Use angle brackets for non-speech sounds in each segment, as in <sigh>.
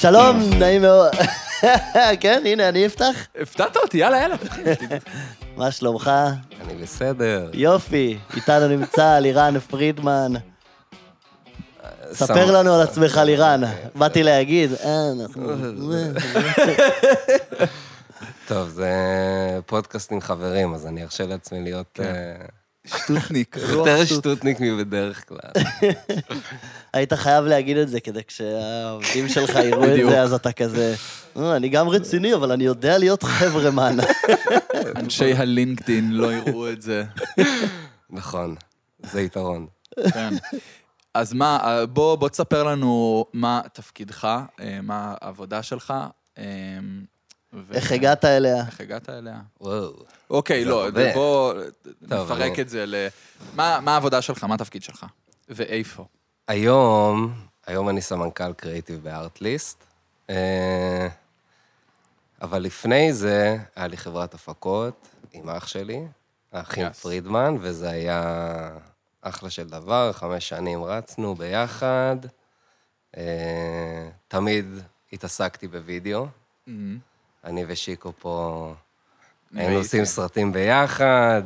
שלום, נעים מאוד. <laughs> כן, הנה, אני אפתח. הפתעת אותי, יאללה, יאללה, תתחיל. מה שלומך? אני בסדר. יופי, איתנו נמצא <laughs> לירן פרידמן. ספר לנו על עצמך, לירן. באתי להגיד, אה, אנחנו... אה. טוב, זה פודקאסט עם חברים, אז אני ארשה לעצמי להיות אה, כן. שטוטניק. יותר שטוטניק מבדרך כלל. היית חייב להגיד את זה כדי כשהעובדים שלך יראו את בדיוק. זה, אז אתה כזה... "אה, אני גם רציני, אבל אני יודע להיות חברמן. אנשי הלינקדאין לא יראו את זה. נכון, זה יתרון. כן. אז מה, אה, בוא, בוא תספר לנו מה תפקידך, אה, מה העבודה שלך. אה, ו- איך הגעת אליה? איך הגעת אליה? וואו. אוקיי, זה לא, הרבה. בוא טוב, נפרק אני- את זה ל... מה מה העבודה שלך, מה התפקיד שלך? ואיפה? היום, היום אני סמנכ"ל קריאיטיב בארטליסט, אה, אבל לפני זה היה לי חברת הפקות עם אח שלי, האחים Yes. פרידמן, וזה היה אחלה של דבר, חמש שנים רצנו ביחד. אה, תמיד התעסקתי בווידאו, אמ, אני ושיקו פה ראיתי. היינו עושים סרטים ביחד,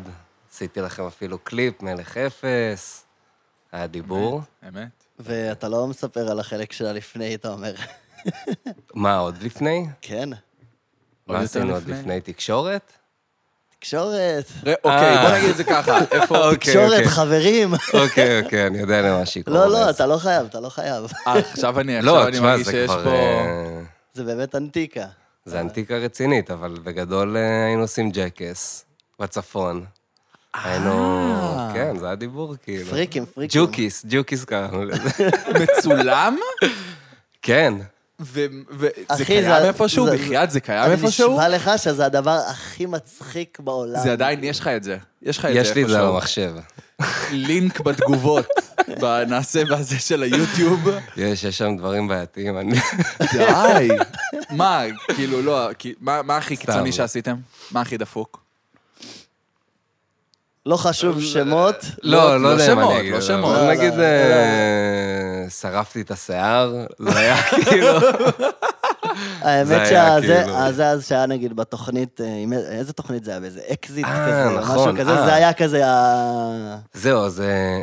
עשיתי לכם אפילו קליפ, מלך אפס, היה דיבור. אמת? ואתה לא מספר על החלק של הלפני, אתה אומר. מה עוד לפני? כן, עוד מה יותר עשינו עוד לפני? לפני תקשורת? תקשורת. ר- אוקיי, אה. בוא נגיד את זה ככה, איפה... תקשורת, כן. חברים. אוקיי, אוקיי, אני יודע למה שיקרו. לא, לא, אתה לא חייב, אתה לא חייב. אה, עכשיו אני לא, עכשיו אני תשמע, מרגיש זה שיש כבר... פה... אה, זה באמת אנטיקה. זה אנטיקה רצינית, אבל בגדול אה, היינו עושים ג'קס בצפון. היינו... אה. כן, זה היה דיבור, כאילו. פריקים, פריקים. ג'וקיס, ג'וקיס קראנו לזה. <laughs> מצולם? כן, וזה אחי, קיים זה- איפשהו? זה- בחייאת, זה קיים אני איפשהו? נשבע לך שזה הדבר הכי מצחיק בעולם. זה עדיין, יש לך את זה. יש לך את זה יש לי את זה על איפשהו. המחשב. לינק בתגובות. <laughs> ב- נעשה בזה של היוטיוב. יש, יש שם דברים בעייתיים. אני... די. מה, כאילו, לא, כי- מה מה הכי קיצוני שעשיתם? מה הכי דפוק? לא חשוב שמות. לא, לא לא יודע מה שמות, אני אגיד. לא אבל שמות. נגיד, לא, לא, אה, שרפתי את השיער, זה היה <laughs> כאילו... האמת היה שזה, כאילו- אז זה אז שהיה נגיד בתוכנית, אה, עם- איזה תוכנית זה היה? באיזה אקזיט אה, כזה, משהו נכון, כזה, אה. זה היה כזה ה- זהו, אז אה,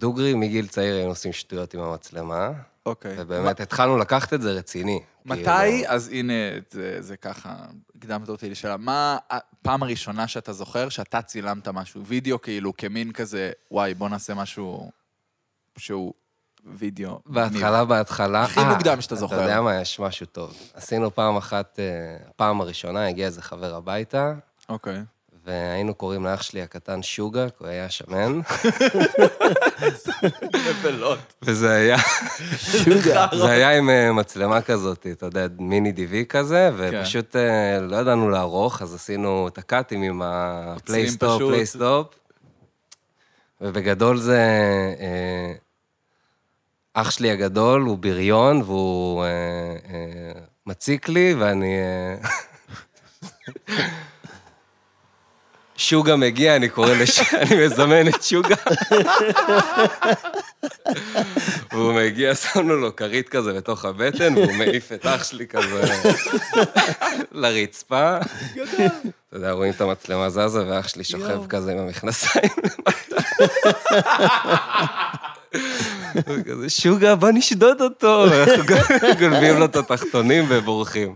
דוגרי מגיל צעיר היינו עושים שטויות עם המצלמה, אוקיי. ובאמת התחלנו לקחת את זה רציני. כאילו, מתי, אז הנה, זה- זה ככה, הקדמת אותי לשאלה, מה הפעם הראשונה שאתה זוכר שאתה צילמת משהו, וידאו כאילו, כמין כזה, וואי, בוא נעשה משהו שהוא וידאו. בהתחלה, בהתחלה... הכי אה, מוקדם שאתה זוכר. אתה יודע מה, יש משהו טוב. עשינו פעם אחת, אה, הפעם הראשונה, הגיע איזה חבר הביתה, אוקיי. והיינו קוראים לאח שלי הקטן שוגה, כי הוא היה שמן, נבלות. <laughs> וזה היה... זה היה עם אה, מצלמה כזאת, אתה יודע, מיני דיווי כזה, ופשוט אה, לא ידענו לערוך, אז עשינו את הקאטים עם הפלייסטופ, פשוט. פלייסטופ. ובגדול זה... אה, אח שלי הגדול הוא בריון, והוא אה, אה, מציק לי, ואני... אה, <laughs> שוגה מגיע, אני קורא לש... <laughs> אני מזמן את שוגה. <laughs> והוא מגיע, שמנו לו כרית כזה בתוך הבטן, והוא מעיף את אח שלי כזה לרצפה. אתה יודע, רואים את המצלמה זזה, ואח שלי שוכב כזה עם המכנסיים למטה. הוא כזה, שוגה, בוא נשדוד אותו. ואנחנו גונבים לו את התחתונים ובורחים.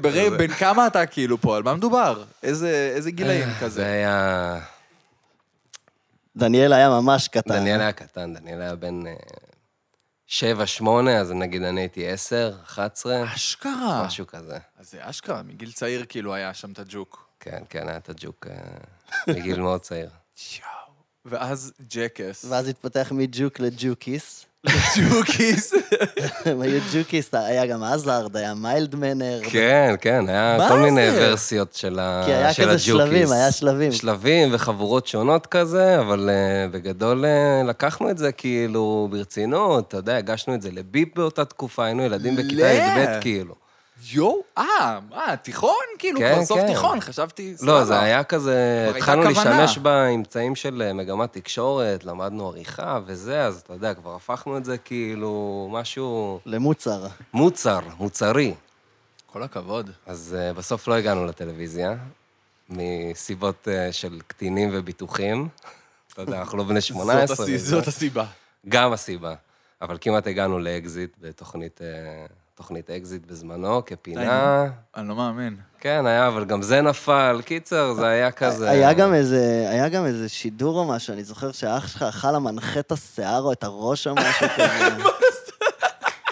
בן כמה אתה כאילו פה, על מה מדובר? איזה איזה גילאים אה, זה כן, כזה? היה... דניאל היה ממש קטן. דניאל היה קטן, דניאל היה בן אה, שבע, שמונה, אז נגיד אני הייתי עשר, אחת עשרה, אה, אשכרה. משהו כזה. אז אה, זה אשכרה, מגיל צעיר כאילו היה שם את הג'וק. כן, כן, היה את הג'וק אה, מגיל מאוד צעיר. יואו. ואז <laughs> ג'קס. ואז התפתח מג'וק לג'וקיס. <laughs> ג'וקיס. הם היו ג'וקיס, היה גם עזארד, היה מיילד מנר. כן, כן, היה מה כל מיני זה? ורסיות של ה- כי היה של כזה הג'וקיס. שלבים, היה שלבים. שלבים וחבורות שונות כזה, אבל אה, בגדול אה, לקחנו את זה כאילו ברצינות, אתה יודע, הגשנו את זה לביפ באותה תקופה, היינו ילדים לא. בכיתה י"ב כאילו. יואו, אה, מה, תיכון? כאילו, כן, כבר סוף כן. תיכון, חשבתי... לא, סבבה. זה היה כזה, כבר הייתה התחלנו כוונה. להשתמש באמצעים של אה, מגמת תקשורת, למדנו עריכה וזה, אז אתה יודע, כבר הפכנו את זה כאילו משהו למוצר. מוצר, מוצרי. כל הכבוד. אז אה, בסוף לא הגענו לטלוויזיה, מסיבות אה, של קטינים וביטוחים. אתה יודע, אנחנו לא בני 18. זאת הסי- וזה- זאת הסיבה. גם הסיבה. אבל כמעט הגענו לאקזיט בתוכנית אה, תוכנית אקזיט בזמנו, כפינה. אני לא מאמין. כן, היה, אבל גם זה נפל. קיצר, זה היה כזה... היה גם איזה, היה גם איזה שידור או משהו, אני זוכר שהאח שלך אכל המנחה את השיער או את הראש או משהו <laughs> כזה.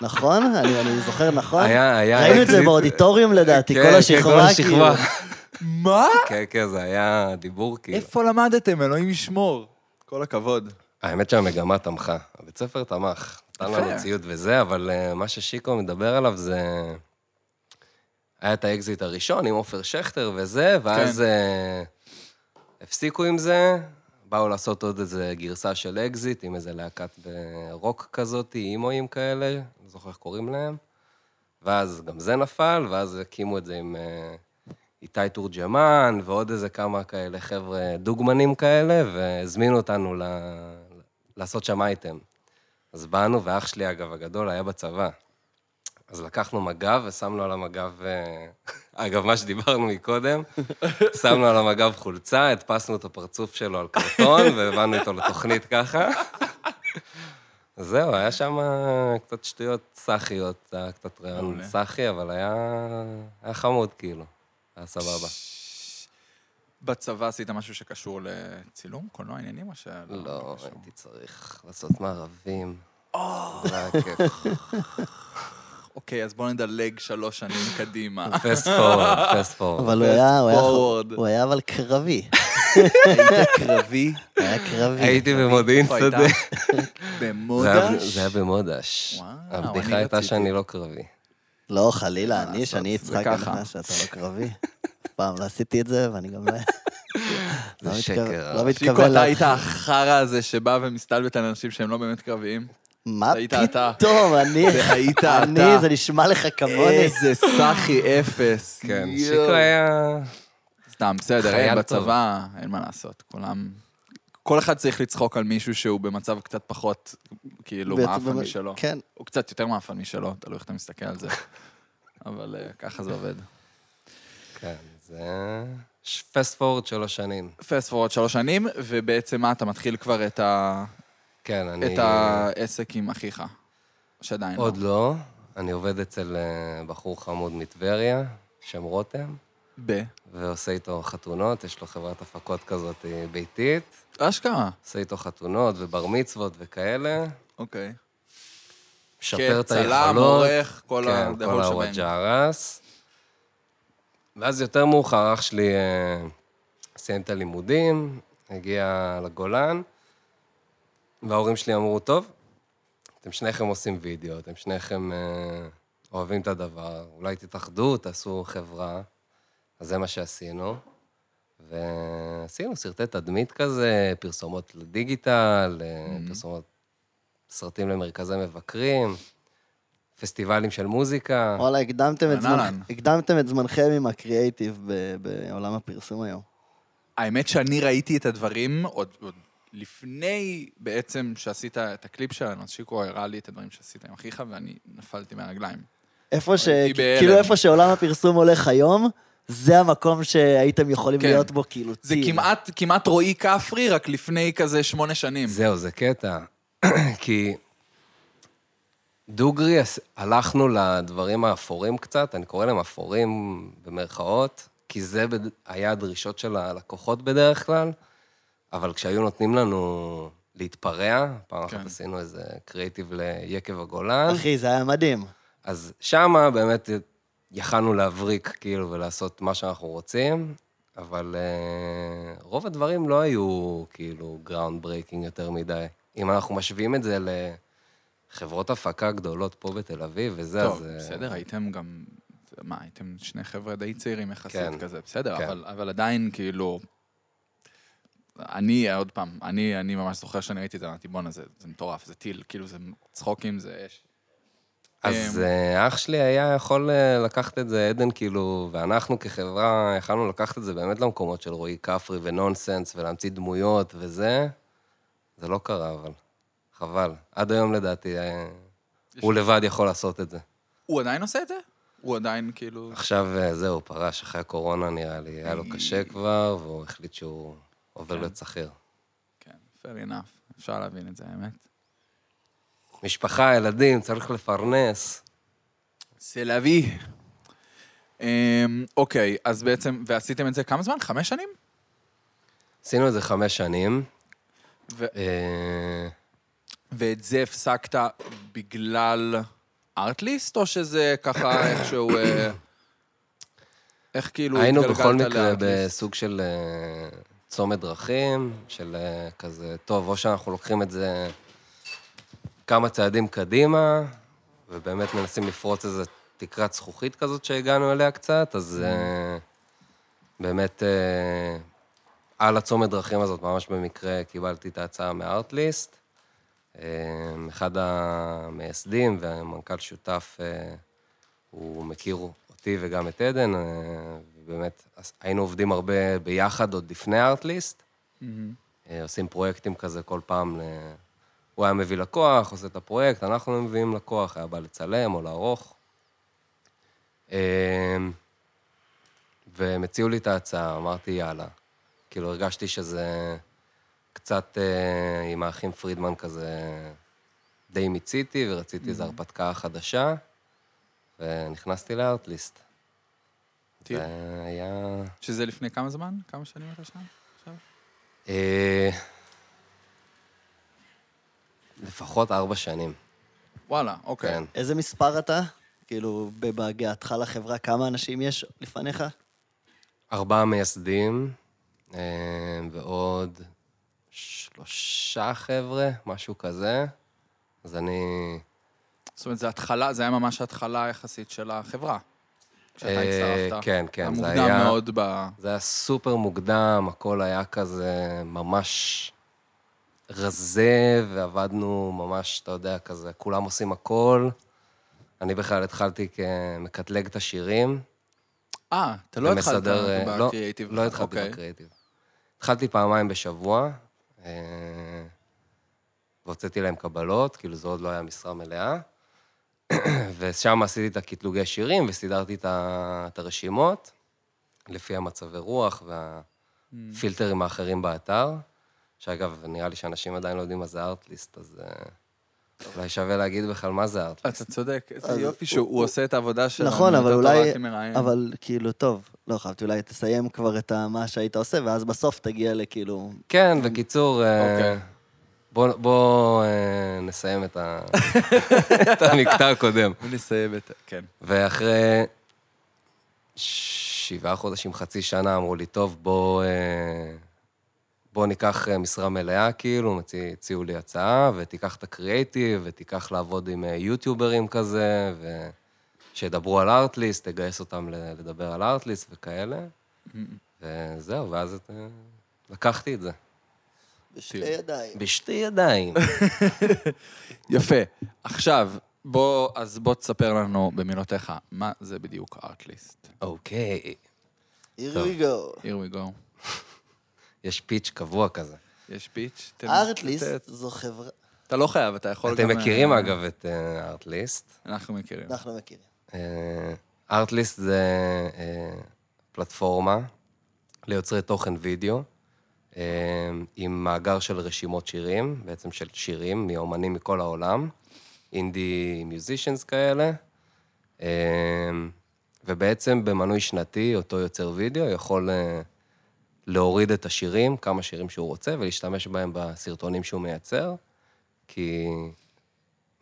נכון? אני אני זוכר נכון? היה, היה... ראינו את זה אקזיט- באודיטוריום לדעתי, כן, כל כן, השכבה כאילו. מה? כן, כן, זה היה דיבור כאילו. איפה למדתם? אלוהים ישמור. כל הכבוד. האמת שהמגמה תמכה. הבית ספר תמך. נתן יפה. לנו ציוד וזה, אבל אה, מה ששיקו מדבר עליו זה... היה את האקזיט הראשון עם עופר שכטר וזה, ואז אה, הפסיקו עם זה, באו לעשות עוד איזה גרסה של אקזיט עם איזה להקת אה, רוק כזאת, אימואים כאלה, לא זוכר איך קוראים להם. ואז גם זה נפל, ואז הקימו את זה עם אה, איתי תורג'מן ועוד איזה כמה כאלה חבר'ה דוגמנים כאלה, והזמינו אותנו ל... לעשות שם אייטם. אז באנו, ואח שלי, אגב, הגדול, היה בצבא. אז לקחנו מג"ב ושמנו על המג"ב... אה, אגב, מה שדיברנו מקודם, שמנו על המג"ב חולצה, הדפסנו את הפרצוף שלו על קרטון, והבאנו איתו לתוכנית ככה. זהו, היה שם אה, קצת שטויות סאחיות, היה קצת רעיון מעולה. סאחי, אבל היה, היה חמוד, כאילו. היה סבבה. בצבא עשית משהו שקשור לצילום, קולנוע, עניינים, או ש... לא, קשור? הייתי צריך לעשות מארבים. זה היה כיף. אוקיי, אז בואו נדלג שלוש <laughs> שנים קדימה. פסט פורוורד, פסט פורוורד. אבל הוא היה, הוא היה- forward. הוא היה אבל קרבי. היית קרבי? הוא היה קרבי. הייתי במודיעין איפה שדה. היית? זה היה- במודש? זה היה במודש. וואו, אני הבדיחה הייתה רציתי. שאני לא קרבי. לא, חלילה, מה אני, לעשות, שאני זה אצחק ככה. עליך שאתה לא קרבי. פעם לא עשיתי את זה, ואני גם לא... זה לא מתכו- שקר. לא אה. שיקו, מתכוון אתה לה... היית החרא הזה שבא ומסתלבט על אנשים שהם לא באמת קרביים? מה היית אתה. פתאום, אני... זה היית אתה. אה, אני, זה נשמע לך כמוני. איזה סאחי אפס. כן, יואו. שיקו היה... סתם, בסדר, חייל אין טוב. בצבא, אין מה לעשות, כולם... כל אחד צריך לצחוק על מישהו שהוא במצב קצת פחות, כאילו, ואת- מעפן ו- משלו. כן. הוא קצת יותר מעפן משלו, תלוי איך אתה מסתכל על זה. אבל אה, ככה זה עובד. כן, זה... פסט פורוורד שלוש שנים. פסט פורוד שלוש שנים, ובעצם מה, אתה מתחיל כבר את, ה... כן, אני... את העסק עם אחיך? או שעדיין עוד לא. אני עובד אצל אה, בחור חמוד מטבריה, שם רותם, לא. ב... ועושה איתו חתונות, יש לו חברת הפקות כזאת אה, ביתית. אשכרה. עושה איתו חתונות ובר מצוות וכאלה. אוקיי. משפר את היכולות. כצלם, כן, עורך, כל ה- כן, the כל whole הוואג'רס. ואז יותר מאוחר, אח שלי אה, סיים את הלימודים, הגיע לגולן, וההורים שלי אמרו, טוב, אתם שניכם עושים וידאו, אתם שניכם אה, אוהבים את הדבר, אולי תתאחדו, תעשו חברה. אז זה מה שעשינו. ועשינו סרטי תדמית כזה, פרסומות לדיגיטל, אה, פרסומות, סרטים למרכזי מבקרים, פסטיבלים של מוזיקה. וואלה, הקדמתם את, אהלן. זמנ... הקדמתם את זמנכם עם הקריאייטיב ב... בעולם הפרסום היום. האמת שאני ראיתי את הדברים עוד, עוד לפני בעצם שעשית את הקליפ שלנו, אז שיקו הראה לי את הדברים שעשית עם אחיך, ואני נפלתי מהרגליים. איפה ש... הייתי בהלם. כאילו איפה שעולם הפרסום הולך היום, זה המקום שהייתם יכולים כן. להיות בו כאילו זה טיל. כמעט, כמעט רועי כפרי, רק לפני כזה שמונה שנים. זהו, זה קטע. <clears throat> כי דוגרי, אז הלכנו לדברים האפורים קצת, אני קורא להם אפורים במרכאות, כי זה בד- היה הדרישות של הלקוחות בדרך כלל, אבל כשהיו נותנים לנו להתפרע, פעם כן. אחת עשינו איזה קריאיטיב ליקב הגולן, אחי, זה היה מדהים. אז שמה באמת יכלנו להבריק, כאילו, ולעשות מה שאנחנו רוצים, אבל uh, רוב הדברים לא היו, כאילו, גראונד ברייקינג יותר מדי. אם אנחנו משווים את זה לחברות הפקה גדולות פה בתל אביב, וזה, טוב, אז... אה, בסדר, הייתם גם... מה, הייתם שני חבר'ה די צעירים יחסית כן. כזה, בסדר, כן. אבל, אבל עדיין כאילו... אני, עוד פעם, אני, אני ממש זוכר שאני ראיתי את זה, אמרתי, בואנה, זה, זה מטורף, זה טיל, כאילו, זה צחוקים, זה אש. אז אה, אח שלי היה יכול אה, לקחת את זה עדן, כאילו, ואנחנו כחברה יכלנו לקחת את זה באמת למקומות של רועי כפרי ונונסנס, ולהמציא דמויות וזה. זה לא קרה, אבל חבל. עד היום לדעתי, אה, הוא לבד יכול לעשות את זה. הוא עדיין עושה את זה? הוא עדיין כאילו... עכשיו אה, זהו, פרש אחרי הקורונה נראה לי, היה לו קשה כבר, והוא החליט שהוא עובר להיות שכיר. כן, fair enough. אפשר להבין את זה, האמת. משפחה, ילדים, צריך לפרנס. סלווי. אוקיי, אז בעצם, ועשיתם את זה כמה זמן? חמש שנים? עשינו את זה חמש שנים. ו- אה, ואת זה הפסקת בגלל ארטליסט, או שזה <coughs> ככה איכשהו... אה, איך כאילו היינו התגלגלת בכל מקרה לארטליסט? בסוג של אה, צומת דרכים, של אה, כזה, טוב, או שאנחנו לוקחים את זה כמה צעדים קדימה, ובאמת מנסים לפרוץ איזו תקרת זכוכית כזאת שהגענו אליה קצת, אז אה, באמת אה, על הצומת דרכים הזאת, ממש במקרה, קיבלתי את ההצעה מארטליסט. אה, אחד המייסדים והמנכ"ל שותף, אה, הוא מכיר אותי וגם את עדן, אה, ובאמת אז היינו עובדים הרבה ביחד עוד לפני ארטליסט. אה, עושים פרויקטים כזה כל פעם, אה, הוא היה מביא לקוח, עושה את הפרויקט, אנחנו לא מביאים לקוח, היה בא לצלם או לערוך. אה, והם הציעו לי את ההצעה, אמרתי יאללה. כאילו הרגשתי שזה קצת אה, עם האחים פרידמן כזה די מיציתי, ורציתי איזו הרפתקה חדשה, ונכנסתי לארטליסט. טיל. זה היה... שזה לפני כמה זמן? כמה שנים אתה שם? עכשיו? אה, לפחות ארבע שנים, וואלה, אוקיי. כן. איזה מספר אתה? כאילו, בהגעתך לחברה, כמה אנשים יש לפניך? ארבעה מייסדים, אה, ועוד שלושה חבר'ה, משהו כזה. אז אני... זאת אומרת, זה התחלה, זה היה ממש התחלה יחסית של החברה. כשאתה אה, הצטרפת. כן, כן, זה המוקדם היה- מאוד ב... זה היה סופר מוקדם, הכל היה כזה ממש רזה, ועבדנו ממש, אתה יודע, כזה, כולם עושים הכל. אני בכלל התחלתי כמקטלג את השירים. אה, אתה לא התחלת ומסדר, אה, לא, בקריאייטיב. לא התחלתי אוקיי. בקריאיטיב. התחלתי פעמיים בשבוע, אה, והוצאתי להם קבלות, כאילו זו עוד לא היה משרה מלאה. <clears throat> ושם עשיתי את הקטלוגי שירים וסידרתי את, ה, את הרשימות, לפי המצבי רוח Mm. והפילטרים האחרים באתר. שאגב, נראה לי שאנשים עדיין לא יודעים מה זה ארטליסט, אז אה, אולי שווה להגיד בכלל מה זה ארטליסט. אתה צודק, איזה יופי שהוא עושה את העבודה שלנו. נכון, אבל דוקטור אולי... אתי מראיין. אבל כאילו, טוב, לא חייבתי, אולי תסיים כבר את ה- מה שהיית עושה, ואז בסוף תגיע לכאילו... כן, בקיצור, אה, אוקיי. בוא- בוא אה, נסיים את ה- <laughs> את המקטע הקודם. ונסיים את... כן. ואחרי שבעה חודשים, חצי שנה, אמרו לי, טוב, בוא, אה, בוא ניקח אה, משרה מלאה, כאילו, מצי- הציעו לי הצעה, ותיקח את הקריאייטיב, ותיקח לעבוד עם אה, יוטיוברים כזה, ו... שידברו על ארטליסט, תגייס אותם ל- לדבר על ארטליסט וכאלה, וזהו, ואז אה, לקחתי את זה. בשתי תראו. ידיים. בשתי <laughs> ידיים. יפה. עכשיו, בוא, אז בוא תספר לנו במילותיך, מה זה בדיוק ארטליסט. אוקיי. Here טוב. we go. Here we go. יש פיץ' קבוע כזה. יש פיץ'. תן- ארטליסט תת- זו חברה... אתה לא חייב, אתה יכול אתם גם... מכירים, אה, אגב, את אה, ארטליסט. אנחנו מכירים. אנחנו מכירים. אה, ארטליסט זה אה, פלטפורמה ליוצרי תוכן וידאו, אה, עם מאגר של רשימות שירים, בעצם של שירים מאומנים מכל העולם, אינדי מיוזישנס כאלה, אה, ובעצם במנוי שנתי, אותו יוצר וידאו יכול אה, להוריד את השירים, כמה שירים שהוא רוצה, ולהשתמש בהם בסרטונים שהוא מייצר, כי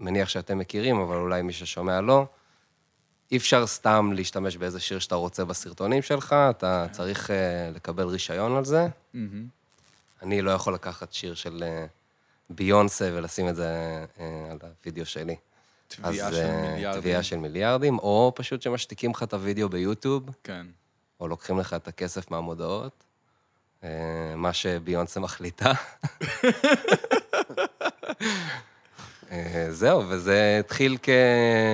מניח שאתם מכירים, אבל אולי מי ששומע לא, אי אפשר סתם להשתמש באיזה שיר שאתה רוצה בסרטונים שלך, אתה צריך אה, לקבל רישיון על זה. מהמם. אני לא יכול לקחת שיר של אה, ביונסה ולשים את זה אה, על הוידאו שלי. תביעה אז, של אה, מיליארדים. תביעה של מיליארדים, או פשוט שמשתיקים לך את הוידאו ביוטיוב, כן. או לוקחים לך את הכסף מהמודעות, אה, מה שביונסה מחליטה. <laughs> אה, זהו, וזה התחיל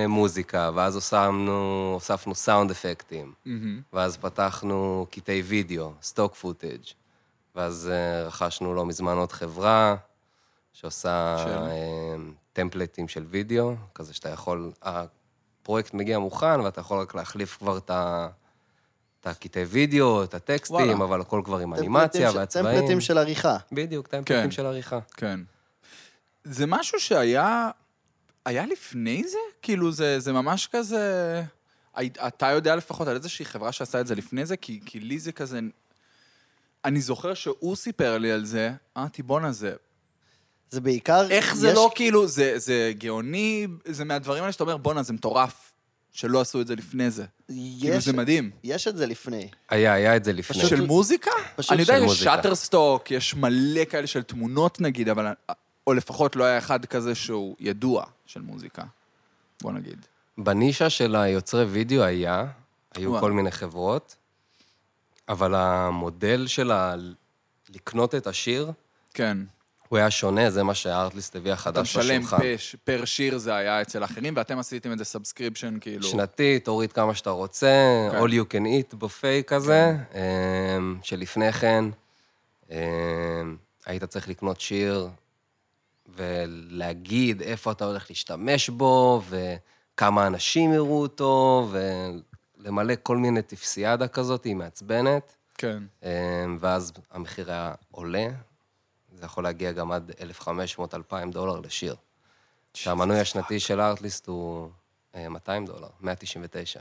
כמוזיקה, ואז הוספנו, הוספנו סאונד אפקטים, מהמם. ואז פתחנו קטעי וידאו, סטוק פוטאג', ואז אה, רכשנו לא מזמן עוד חברה שעושה של? אה, טמפלטים של וידאו, כזה שאתה יכול, הפרויקט מגיע מוכן, ואתה יכול רק להחליף כבר את ה... את הקטעי וידאו, את הטקסטים, וואלה. אבל הכל כבר עם טמפלטים אנימציה של- והצבעים. טמפלטים של עריכה. בדיוק, טמפלטים כן. של עריכה. כן. זה משהו שהיה... היה לפני זה? כאילו, זה, זה ממש כזה... הי- אתה יודע לפחות על איזושהי חברה שעשה את זה לפני זה? כי, כי לי זה כזה... אני זוכר שהוא סיפר לי על זה, אמרתי, בואנה זה. זה בעיקר... איך זה יש- לא כאילו, זה, זה גאוני, זה מהדברים האלה שאתה אומר, בואנה, זה מטורף, שלא עשו את זה לפני זה. כאילו, יש- זה מדהים. יש את זה לפני. היה, היה את זה לפני. פשוט- של מוזיקה? פשוט אני יודע, של יש מוזיקה. שאטרסטוק, יש מלא כאלה של תמונות נגיד, אבל... או לפחות לא היה אחד כזה שהוא ידוע של מוזיקה. בוא נגיד. בנישה של היוצרי וידאו היה, היו וואו. כל מיני חברות, אבל המודל של ה... לקנות את השיר, כן. הוא היה שונה, זה מה שהארטליסט הביא אתה החדש משלם בשולחן. פש- פר שיר זה היה אצל האחרים, ואתם עשיתם איזה סאבסקריפשן, כאילו... שנתי, תוריד כמה שאתה רוצה, כן. All you can eat בופיי כזה, אמ, שלפני כן אמ, היית צריך לקנות שיר ולהגיד איפה אתה הולך להשתמש בו, וכמה אנשים יראו אותו, ולמלא כל מיני טפסיאדה כזאת, היא מעצבנת, כן. אמ, ואז המחיר היה עולה, זה יכול להגיע גם עד 1,500-2,000 דולר לשיר. שהמנוי השנתי של הארטליסט הוא אה, 200 דולר, 199.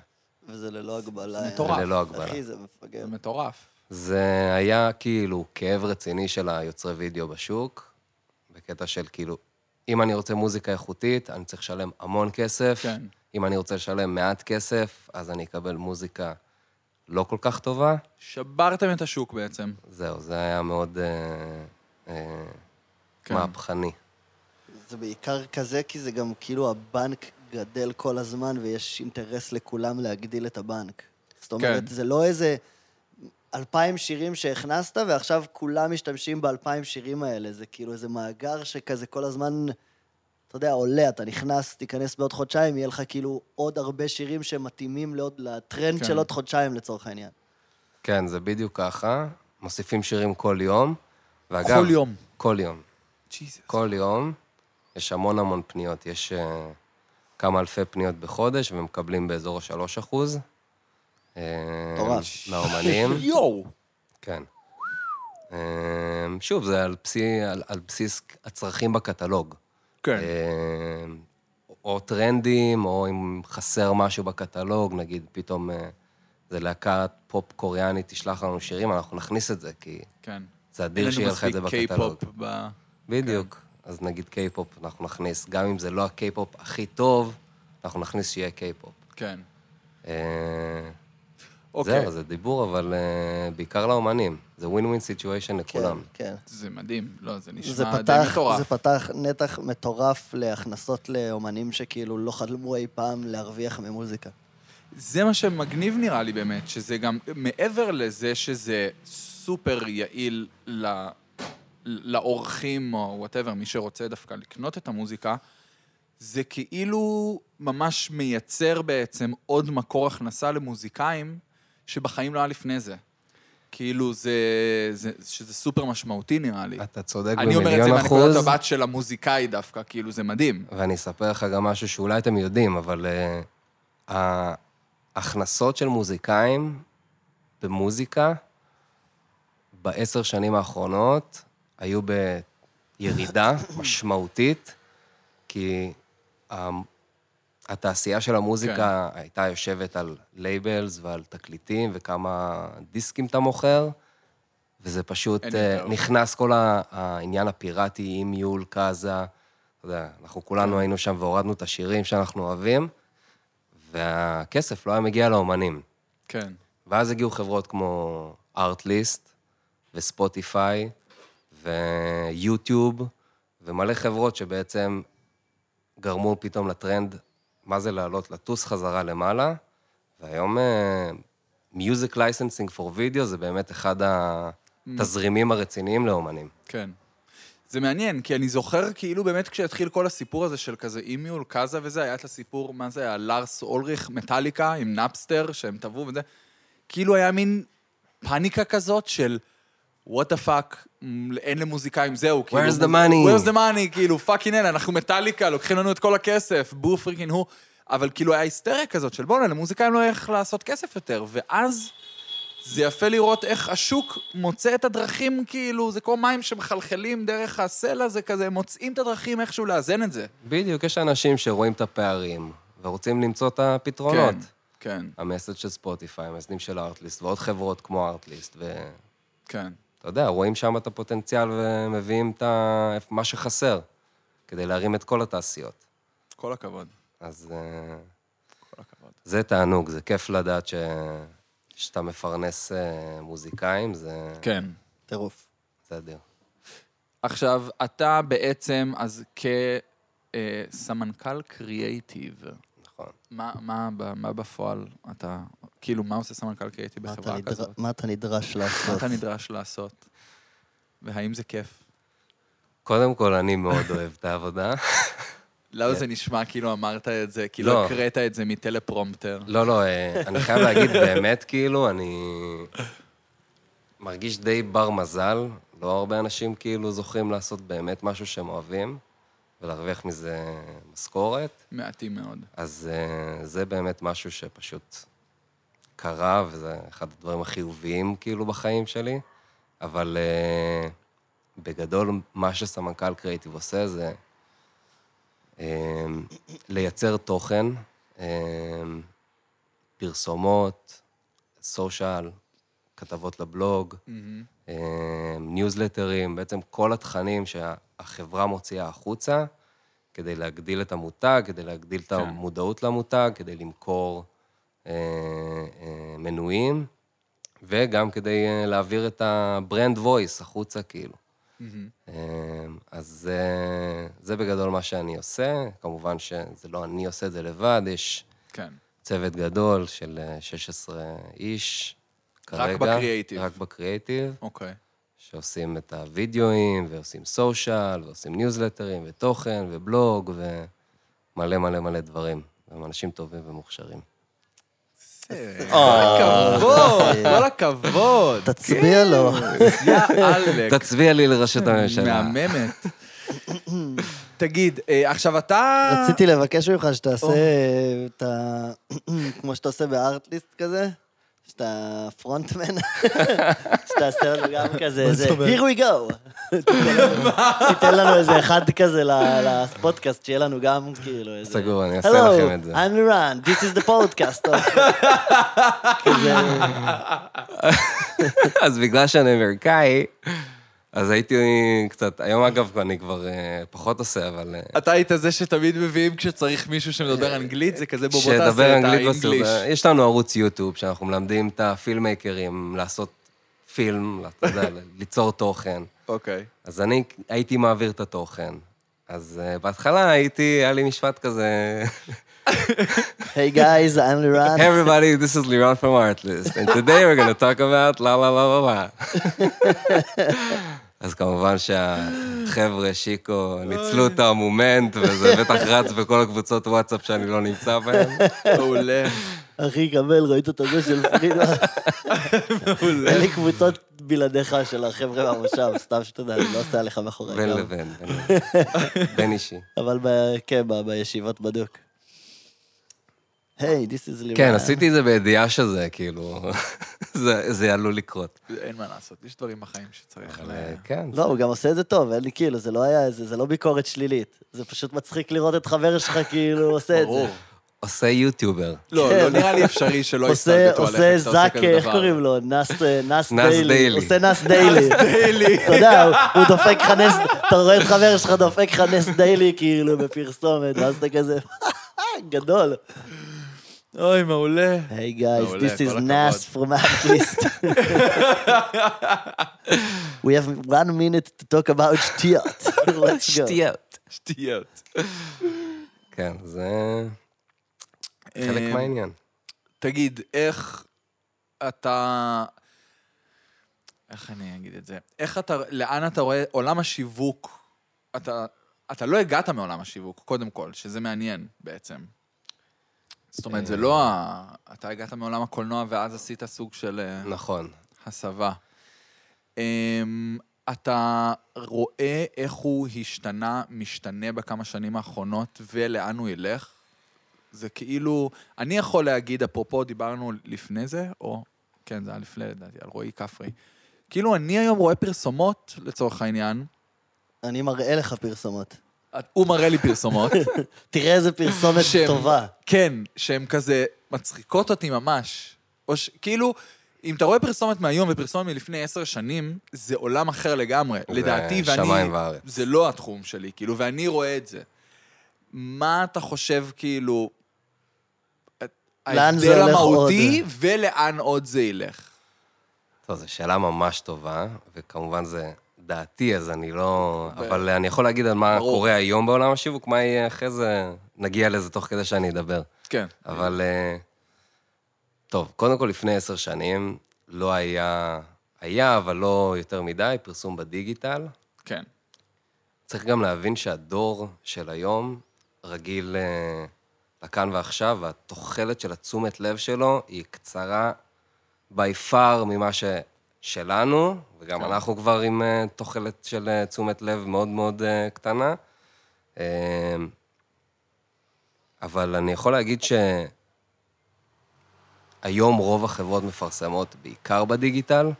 וזה ללא הגבלה. זה מטורף. ללא הגבלה. אחי, זה זה מפגר. מטורף. זה היה כאילו כאב רציני של היוצרי וידאו בשוק, בקטע של כאילו, אם אני רוצה מוזיקה איכותית, אני צריך לשלם המון כסף. כן. אם אני רוצה לשלם מעט כסף, אז אני אקבל מוזיקה לא כל כך טובה. שברתם את השוק בעצם. זהו, זה היה מאוד אה, אה, כן. מהפכני. זה בעיקר כזה, כי זה גם כאילו הבנק גדל כל הזמן, ויש אינטרס לכולם להגדיל את הבנק. זאת אומרת, כן. זה לא איזה אלפיים שירים שהכנסת, ועכשיו כולם משתמשים באלפיים שירים האלה. זה כאילו איזה מאגר שכזה כל הזמן, אתה יודע, עולה, אתה נכנס, תיכנס בעוד חודשיים, יהיה לך כאילו עוד הרבה שירים שמתאימים לעוד, לטרנד כן. של עוד חודשיים לצורך העניין. כן, זה בדיוק ככה. מוסיפים שירים כל יום. ואגב, כל יום. כל יום. ג'יזוס. כל יום יש המון המון פניות. יש אה, כמה אלפי פניות בחודש, ומקבלים באזור ה-3 אחוז. אה, מטורף. <laughs> מהאומנים, יואו! כן. אה, שוב, זה על, בסיס, על, על בסיס הצרכים בקטלוג. כן. אה, או טרנדים, או אם חסר משהו בקטלוג, נגיד פתאום אה, זה להקת פופ קוריאנית תשלח לנו שירים, אנחנו נכניס את זה, כי כן. זה אדיר שיהיה לך את זה אין לנו בקטלוג. מספיק כן. קיי-פופ ב... בדיוק. אז נגיד קיי-פופ אנחנו נכניס, גם אם זה לא הקיי-פופ הכי טוב, אנחנו נכניס שיהיה קיי-פופ. כן. אה, אוקיי. זהו, זה דיבור, אבל אה, בעיקר לאומנים. זה ווין ווין סיטואשן לכולם. כן, כן. זה מדהים. לא, זה זה נשמע די פתח, מטורף. זה פתח נתח מטורף להכנסות לאומנים שכאילו לא חלמו אי פעם להרוויח ממוזיקה. זה מה שמגניב נראה לי באמת, שזה גם, מעבר לזה שזה סופר יעיל ל, לאורחים או וואטאבר, מי שרוצה דווקא לקנות את המוזיקה, זה כאילו ממש מייצר בעצם עוד מקור הכנסה למוזיקאים שבחיים לא היה לפני זה. כאילו זה, זה שזה סופר משמעותי נראה לי. אתה צודק אני אומר את זה במיליון מהנקודת אחוז, הבת של המוזיקאי דווקא, כאילו זה מדהים. ואני אספר לך גם משהו שאולי אתם יודעים, אבל אה, ההכנסות של מוזיקאים במוזיקה בעשר שנים האחרונות היו בירידה משמעותית, כי ה- התעשייה של המוזיקה הייתה יושבת על לייבלס ועל תקליטים וכמה דיסקים אתה מוכר, וזה פשוט אין אה, יותר. נכנס כל ה- העניין הפיראטי עם יול, קאזה, אתה יודע, אנחנו כן. כולנו היינו שם והורדנו את השירים שאנחנו אוהבים, והכסף לא היה מגיע לאומנים. כן. ואז הגיעו חברות כמו ארטליסט, וספוטיפיי, ויוטיוב, ומלא חברות שבעצם גרמו פתאום לטרנד, מה זה לעלות, לטוס חזרה למעלה, והיום אה, מיוזיק לייסנסינג פור וידאו זה באמת אחד התזרימים הרציניים לאומנים. כן. זה מעניין, כי אני זוכר כאילו באמת כשהתחיל כל הסיפור הזה של כזה אימיול, קאזה וזה, היה את הסיפור, מה זה היה, לארס אולריך, מטאליקה עם נאפסטר, שהם טבעו וזה, כאילו היה מין פאניקה כזאת של וואט דה פאק, אין למוזיקאים, זהו, כאילו... Where's the money? Where's the money, כאילו, פאקינג אין, אנחנו מטאליקה, לוקחים לנו את כל הכסף, בו פריקינג הוא. אבל כאילו היה היסטריה כזאת של בואנה, למוזיקאים לא איך לעשות כסף יותר, ואז... זה יפה לראות איך השוק מוצא את הדרכים, כאילו, זה כמו מים שמחלחלים דרך הסלע, זה כזה, הם מוצאים את הדרכים איכשהו לאזן את זה. בדיוק, יש אנשים שרואים את הפערים ורוצים למצוא את הפתרונות. כן, המסד של ספוטיפיי, המסדים של ארטליסט, ועוד חברות כמו ארטליסט, ואתה כן. יודע, רואים שם את הפוטנציאל ומביאים את ה... מה שחסר, כדי להרים את כל התעשיות. כל הכבוד, אז אה, כל הכבוד. זה תענוג, זה כיף לדעת ש... שאתה מפרנס אה, מוזיקאים, זה, כן. טירוף. זה אדיר. עכשיו, אתה בעצם, אז כסמנכ"ל קריאייטיב, נכון. מה, מה, ב- מה בפועל אתה, כאילו, מה עושה סמנכ"ל קריאייטיב מה אתה בחברה נדר- כזאת? מה אתה נדרש מה לעשות? אתה נדרש לעשות? והאם זה כיף? קודם כל, אני מאוד אוהב את העבודה. למה כן. זה נשמע כאילו אמרת את זה, כאילו לא. הקראת את זה מטלפרומפטר? לא, לא, אה, אני חייב להגיד, באמת, כאילו, אני מרגיש די בר מזל. לא הרבה אנשים כאילו זוכים לעשות באמת משהו שהם אוהבים, ולהרוויח מזה משכורת. מעטים מאוד. אז אה, זה באמת משהו שפשוט קרה, וזה אחד הדברים החיוביים כאילו בחיים שלי. אבל אה, בגדול, מה שסמנכ"ל קריאיטיב עושה זה אה, לייצר תוכן, אה, פרסומות, סושיאל, כתבות לבלוג, אה, ניוזלטרים, בעצם כל התכנים שהחברה מוציאה החוצה, כדי להגדיל את המותג, כדי להגדיל את המודעות למותג, כדי למכור אה, אה, מנויים, וגם כדי אה, להעביר את הברנד וויס החוצה, כאילו. אה, אז זה, זה בגדול מה שאני עושה. כמובן שזה לא אני עושה את זה לבד, יש כן. צוות גדול של אה, 16 איש כרגע. בקריאייטיב. רק בקריאיטיב, אוקיי. שעושים את הווידאוים, ועושים סושיאל, ועושים ניוזלטרים, ותוכן, ובלוג, ומלא מלא מלא דברים. הם אנשים טובים ומוכשרים. אה. כל הכבוד, כל הכבוד. תצביע לו. כן. יא עלק. תצביע לי לראשות <coughs> הממשלה. מהממת. תגיד, אה, עכשיו אתה... רציתי לבקש ממך או. שתעשה את ה... <clears throat> כמו שאתה עושה בארטליסט כזה, שאתה פרונטמן, <laughs> שתעשה לנו גם כזה איזה... Here we go! <laughs> תיתן לנו- תיתן לנו איזה אחד כזה ל- לפודקאסט, שיהיה לנו גם כאילו איזה... סגור, אני אעשה לכם את זה. Hello, I'm Iran, this is the podcast. כזה, <laughs> אז בגלל שאני אמריקאי, אז הייתי קצת... היום, אגב, אני כבר אה, פחות עושה, אבל... אה, אתה היית זה שתמיד מביאים כשצריך מישהו שמדבר אנגלית, זה כזה בוא בוא שידבר תעשה את לא אנגלית האנגליש. בסרט. יש לנו ערוץ יוטיוב שאנחנו מלמדים את הפילמקרים לעשות פילם, אתה יודע, <laughs> ליצור תוכן. אוקיי. אז אני הייתי מעביר את התוכן. אז אה, בהתחלה הייתי, היה לי משפט כזה, <laughs> Hey guys, I'm Iran. Hey everybody, this is Liran from Artlist, and today we're going to talk about לה לה לה לה לה. אז כמובן שהחבר'ה, שיקו, ניצלו את המומנט, וזה בטח רץ בכל הקבוצות וואטסאפ שאני לא נמצא בהן. מעולה, אחי, קבל, ראית את הזה של פרידה? מעולה. אין לי קבוצות בלעדיך של החבר'ה מהמושב, סתם שתדע, אני לא עושה עליך מאחורי בין הגב. לבין, בין לבין. בין אישי. אבל ב- כן, ב- בישיבות בדוק. היי, this is לירן. כן, עשיתי את זה בידיעה שזה, כאילו, <laughs> זה- זה עלול לקרות. אין מה לעשות, יש דברים בחיים שצריך... אבל ל- אה, כן, לא, הוא גם עושה את זה טוב, אין לי כאילו, זה לא היה איזה, זה לא ביקורת שלילית. זה פשוט מצחיק לראות את חבר שלך <laughs> כאילו עושה את ברור. זה. עושה יוטיובר. לא, לא נראה לי אפשרי שלא כן. עושה, יסתלבטו עליך עושה כשאתה עושה זק, כזה דבר. איך קוראים לו? נס נס נס דיילי. דיילי. עושה נס דיילי. דיילי. אתה יודע, הוא- הוא דופק לך נס, אתה רואה את חבר שלך דופק לך נס דיילי כאילו בפרסומת, ואז אתה כזה, <laughs> גדול. אוי, מעולה. היי גייז, מעולה, this כל is הכבוד. נאס from Atlas. We have one minute to talk about שטויות. Let's go. שטויות. שטויות. כן, זה חלק אה, מהעניין. תגיד, איך אתה... איך אני אגיד את זה? איך אתה... לאן אתה רואה עולם השיווק אתה, אתה לא הגעת מעולם השיווק, קודם כל, שזה מעניין בעצם. זאת אומרת, זה לא ה... אתה הגעת מעולם הקולנוע ואז עשית סוג של אה, נכון. הסבה. אמ, אתה רואה איך הוא השתנה, משתנה בכמה שנים האחרונות ולאן הוא ילך? זה כאילו, אני יכול להגיד, אפרופו, דיברנו לפני זה, או, כן, זה היה לפני, לדעתי, על רועי כפרי. כאילו, אני היום רואה פרסומות, לצורך העניין, אני מראה לך פרסומות. הוא מראה לי פרסומות, תראה איזה פרסומת שם. טובה. כן, שהן כזה מצחיקות אותי ממש. או ש... כאילו, אם אתה רואה פרסומת מהיום ופרסומת מלפני עשר שנים, זה עולם אחר לגמרי. זה לדעתי, ואני... שמיים וארץ. זה לא התחום שלי, כאילו, ואני רואה את זה. מה אתה חושב, כאילו... לאן זה ההבדל הולך המהותי ולאן עוד זה ילך. טוב, זו שאלה ממש טובה, וכמובן זה דעתי, אז אני לא... אבל אני יכול להגיד על מה ברור. קורה היום בעולם השיווק, מה יהיה אחרי זה, נגיע לזה תוך כדי שאני אדבר. כן. אבל... אה, טוב, קודם כל, לפני עשר שנים לא היה... היה, אבל לא יותר מדי, פרסום בדיגיטל. כן. צריך גם להבין שהדור של היום רגיל אה, לכאן ועכשיו, והתוחלת של התשומת לב שלו היא קצרה by far ממה ש... שלנו, וגם כן. כן. אנחנו כבר עם אה, תוחלת של אה, תשומת לב מאוד מאוד אה, קטנה. אה, אבל אני יכול להגיד שהיום רוב החברות מפרסמות בעיקר בדיגיטל.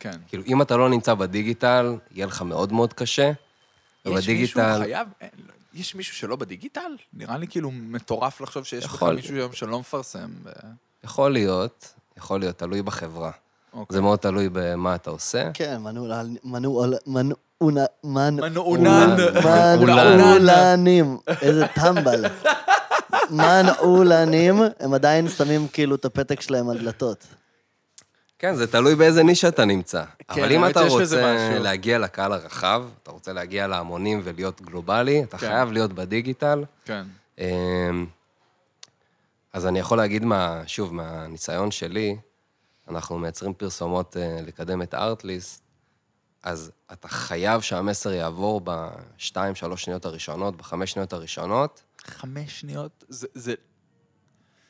כן. כאילו, אם אתה לא נמצא בדיגיטל, יהיה לך מאוד מאוד קשה. יש מישהו ובדיגיטל- חייב... אין, לא, יש מישהו שלא בדיגיטל? נראה לי כאילו מטורף לחשוב שיש לך יכול. מישהו היום שלא מפרסם. ו- יכול להיות, יכול להיות, תלוי בחברה. אוקיי. זה מאוד תלוי במה אתה עושה. כן, מנעולן... מנעול... מנעולן... מנעולן. מנעולנים. איזה טמבל. מנעולנים, הם עדיין שמים כאילו את הפתק שלהם על דלתות. כן, זה תלוי באיזה נישה אתה נמצא. אבל אם כן, האמת אתה שיש לזה רוצה משהו. להגיע לקהל הרחב, אתה רוצה להגיע להמונים ולהיות גלובלי, אתה כן. חייב להיות בדיגיטל. כן. אמ, אז אני יכול להגיד, מה, שוב, מהניסיון שלי, אנחנו מייצרים פרסומות אה, לקדם את הארטליסט, אז אתה חייב שהמסר יעבור בשתיים, שלוש שניות הראשונות, בחמש שניות הראשונות. חמש שניות? זה- זה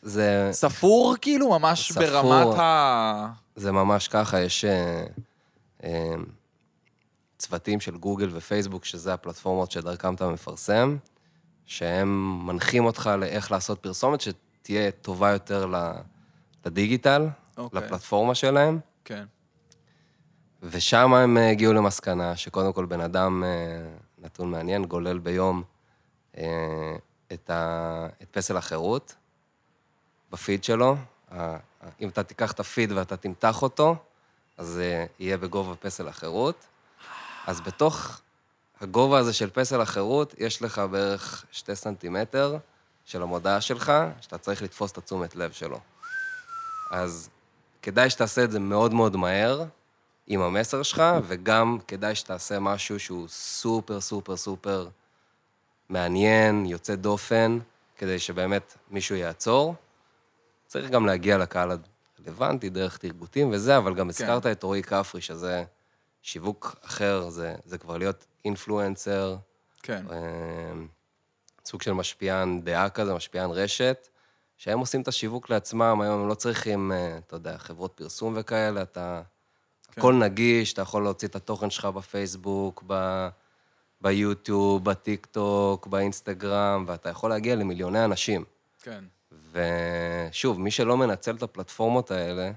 זה, ספור כאילו? ממש ספור. ברמת ה... זה ממש ככה, יש אה, אה, צוותים של גוגל ופייסבוק, שזה הפלטפורמות שדרכם אתה מפרסם, שהם מנחים אותך לאיך לעשות פרסומת שתהיה טובה יותר ל- לדיגיטל, אוקיי. לפלטפורמה שלהם. כן. ושם הם אה, הגיעו למסקנה שקודם כל בן אדם, אה, נתון מעניין, גולל ביום אה, את, ה, את פסל החירות בפיד שלו. ה- ה- אם אתה תיקח את הפיד ואתה תמתח אותו, אז זה יהיה בגובה פסל החירות. אז בתוך הגובה הזה של פסל החירות, יש לך בערך שתי סנטימטר של המודעה שלך, שאתה צריך לתפוס את התשומת לב שלו. אז כדאי שתעשה את זה מאוד מאוד מהר עם המסר שלך, וגם כדאי שתעשה משהו שהוא סופר סופר סופר מעניין, יוצא דופן, כדי שבאמת מישהו יעצור. צריך גם להגיע לקהל הרלוונטי דרך תרגותים וזה, אבל גם הזכרת את רועי כפרי, שזה שיווק אחר, זה, זה כבר להיות אינפלואנסר, כן. אה, אמ, סוג של משפיען דעה כזה, משפיען רשת, שהם עושים את השיווק לעצמם, היום הם לא צריכים, אה, אתה יודע, חברות פרסום וכאלה, אתה... כן. הכל נגיש, אתה יכול להוציא את התוכן שלך בפייסבוק, ב... ביוטיוב, בטיק טוק, באינסטגרם, ואתה יכול להגיע למיליוני אנשים. כן. ושוב, מי שלא מנצל את הפלטפורמות האלה,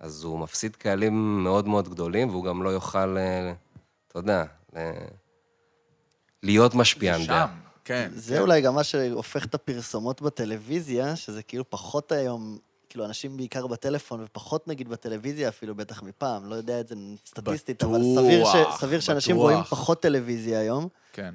אז הוא מפסיד קהלים מאוד מאוד גדולים, והוא גם לא יוכל, אה, אתה יודע, אה, להיות משפיען. שם. דעה. כן. זה אולי גם מה שהופך את הפרסומות בטלוויזיה, שזה כאילו פחות היום, כאילו אנשים בעיקר בטלפון, ופחות נגיד בטלוויזיה אפילו, בטח מפעם, לא יודע את זה סטטיסטית, אבל בטוח, סביר, ש, סביר שאנשים בטוח. רואים פחות טלוויזיה היום, כן.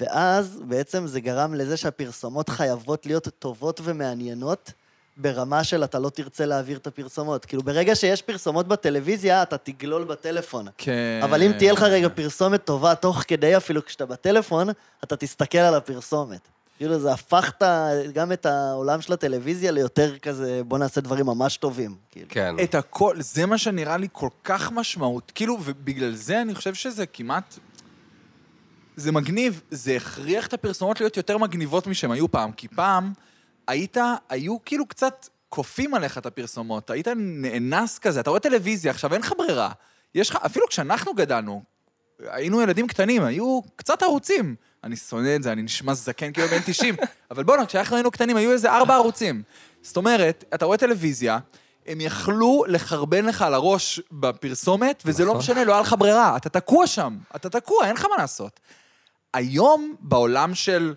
ואז בעצם זה גרם לזה שהפרסומות חייבות להיות טובות ומעניינות. ברמה של אתה לא תרצה להעביר את הפרסומות. כאילו, ברגע שיש פרסומות בטלוויזיה, אתה תגלול בטלפון. כן. אבל אם תהיה לך רגע פרסומת טובה תוך כדי, אפילו כשאתה בטלפון, אתה תסתכל על הפרסומת. כאילו, זה הפך את ה- גם את העולם של הטלוויזיה ליותר כזה, בוא נעשה דברים ממש טובים. כאילו. כן. את הכל, זה מה שנראה לי כל כך משמעות. כאילו, ובגלל זה אני חושב שזה כמעט... זה מגניב, זה הכריח את הפרסומות להיות יותר מגניבות משהן היו פעם, כי פעם היית, היו כאילו קצת כופים עליך את הפרסומות, היית נאנס כזה, אתה רואה טלוויזיה, עכשיו אין לך ברירה. יש לך, אפילו כשאנחנו גדלנו, היינו ילדים קטנים, היו קצת ערוצים. אני שונא את זה, אני נשמע זקן כאילו בן <laughs> 90, אבל בואנה, כשאנחנו היינו קטנים היו איזה ארבע ערוצים. זאת אומרת, אתה רואה טלוויזיה, הם יכלו לחרבן לך על הראש בפרסומת, וזה לא נכון. משנה, לא היה לך ברירה, אתה תקוע שם, אתה תקוע, אין לך מה לעשות. היום, בעולם של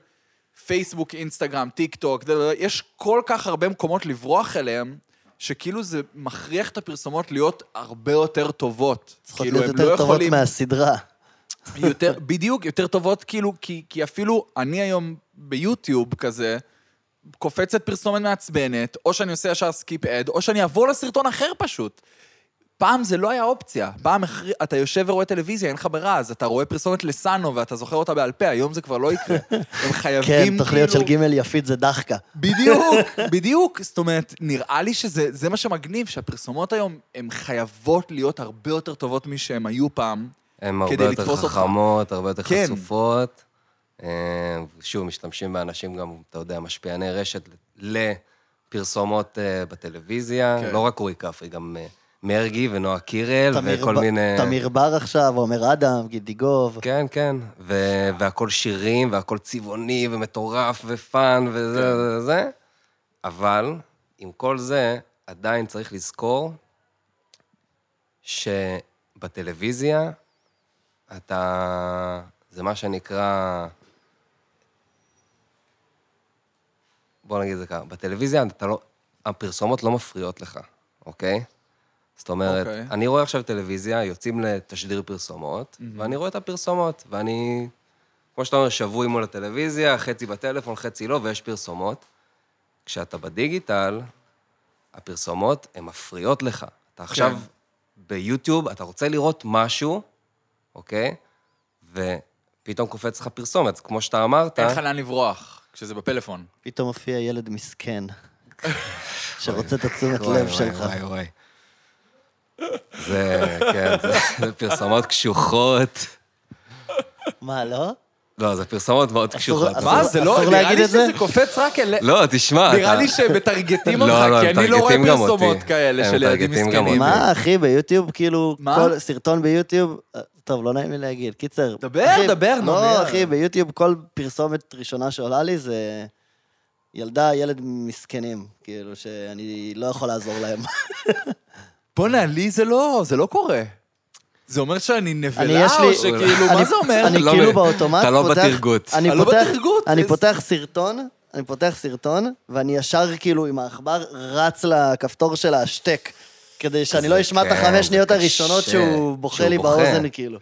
פייסבוק, אינסטגרם, טיק טוק, יש כל כך הרבה מקומות לברוח אליהם, שכאילו זה מכריח את הפרסומות להיות הרבה יותר טובות. כאילו, לא צריכות כאילו, להיות לא יותר טובות מהסדרה. יותר, בדיוק, יותר טובות, כאילו, כי, כי אפילו אני היום ביוטיוב כזה, קופצת פרסומת מעצבנת, או שאני עושה ישר סקיפ אד, או שאני אעבור לסרטון אחר פשוט. פעם זה לא היה אופציה. פעם הכר... אתה יושב ורואה טלוויזיה, אין לך ברירה, אז אתה רואה פרסומת לסאנו ואתה זוכר אותה בעל פה, היום זה כבר <laughs> לא יקרה. הם חייבים כן, כאילו... תוכניות של ג' יפית זה דחקה. בדיוק, בדיוק. זאת אומרת, נראה לי שזה זה מה שמגניב, שהפרסומות היום, הן חייבות להיות הרבה יותר טובות משהן היו פעם. הן הרבה כדי יותר לתפוס אותך. חכמות, הרבה יותר כן. חצופות. אה, שוב, משתמשים באנשים גם, אתה יודע, משפיעני רשת לפרסומות אה, בטלוויזיה. כן. לא רק אורי כפרי, גם אה, מרגי ונועה קירל תמיר וכל ב- מיני... תמיר בר עכשיו, עומר אדם, גידיגוב. כן, כן. ו- והכל שירים, והכל צבעוני ומטורף ופאן כן. וזה, זה, זה. אבל עם כל זה, עדיין צריך לזכור שבטלוויזיה אתה... זה מה שנקרא... בוא נגיד את זה ככה, בטלוויזיה אתה לא... הפרסומות לא מפריעות לך, אוקיי? זאת אומרת, אוקיי. אני רואה עכשיו טלוויזיה, יוצאים לתשדיר פרסומות, ואני רואה את הפרסומות, ואני, כמו שאתה אומר, שבוי מול הטלוויזיה, חצי בטלפון, חצי לא, ויש פרסומות. כשאתה בדיגיטל, הפרסומות, הן מפריעות לך. אתה עכשיו ביוטיוב, אתה רוצה לראות משהו, אוקיי? ופתאום קופץ לך פרסומת, אז כמו שאתה אמרת. אין לך לאן לברוח, כשזה בפלאפון. פתאום הופיע ילד <laughs> מסכן, שרוצה את התשומת וואי, לב וואי, שלך. וואי, וואי. זה, כן, זה- <laughs> זה פרסומות קשוחות. מה, לא? לא, זה פרסומות מאוד קשוחות. אסור- מה, זה לא, אסור נראה להגיד לי את זה? שזה קופץ רק אל... לא, תשמע, נראה אתה- לי שמטרגטים לא, אותך, לא, כי הם אני לא רואה מטרגטים גם פרסומות אותי. כאלה הם של ילדים מטרגטים גם מסכנים. אותי. מה, אחי, ביוטיוב, כאילו, מה? כל סרטון ביוטיוב, אה, טוב, לא נעים לי להגיד, קיצר. דבר, אחי, דבר, נו, לא, יאללה. אחי, ביוטיוב כל פרסומת ראשונה שעולה לי זה ילדה, ילד מסכנים, כאילו, שאני לא יכול לעזור <laughs> להם. בוא'נה, לי זה לא, זה לא קורה. זה אומר שאני אני, יש נבלה, לי... או שכאילו, מה אני- זה אומר? אני לא כאילו ב- באוטומט אתה לא פותח- בתרגות. אני אתה לא פותח- בתרגות, אני איזה- פותח סרטון, אני פותח סרטון, ואני ישר כאילו עם העכבר רץ לכפתור של ההשתק, כדי שאני לא זה אשמע את כן, החמש זה שניות הראשונות קשה, שהוא בוכה שהוא לי בוכה. באוזן, כאילו.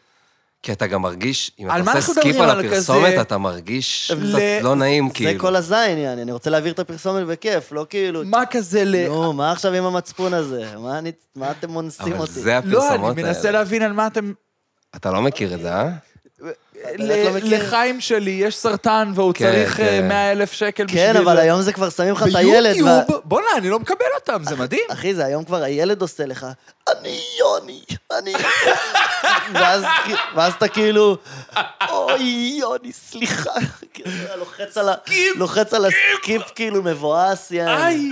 כי אתה גם מרגיש, אם על אתה מה עושה אנחנו סקיפ מדברים? על על כזה- הפרסומת, אתה מרגיש ל- קצת לא נעים, זה כאילו. כל הזין, יעני, אני רוצה להעביר את הפרסומת בכיף, לא כאילו... מה כזה ל... לא, נו, מה עכשיו עם המצפון הזה? מה אני- מה אתם אונסים אבל אותי? זה לא, אני הפרסומות מנסה האלה. להבין על מה אתם... אתה לא מכיר את זה, אה? ל- לא מכיר. לחיים שלי יש סרטן והוא כן, צריך אה, כן. 100 אלף שקל בשביל... כן, אבל היום זה כבר שמים לך את הילד. וה- ביוטיוב, בוא'נה, אני לא מקבל אותם, זה <laughs> מדהים. אחי, זה היום כבר הילד עושה לך, אני יוני, אני... ואז, ואז אתה כאילו, אוי, יוני, סליחה. כאילו, אתה לוחץ על ה... סקיפ, לוחץ על הסקיפ, כאילו, מבואס, יאללה. איי,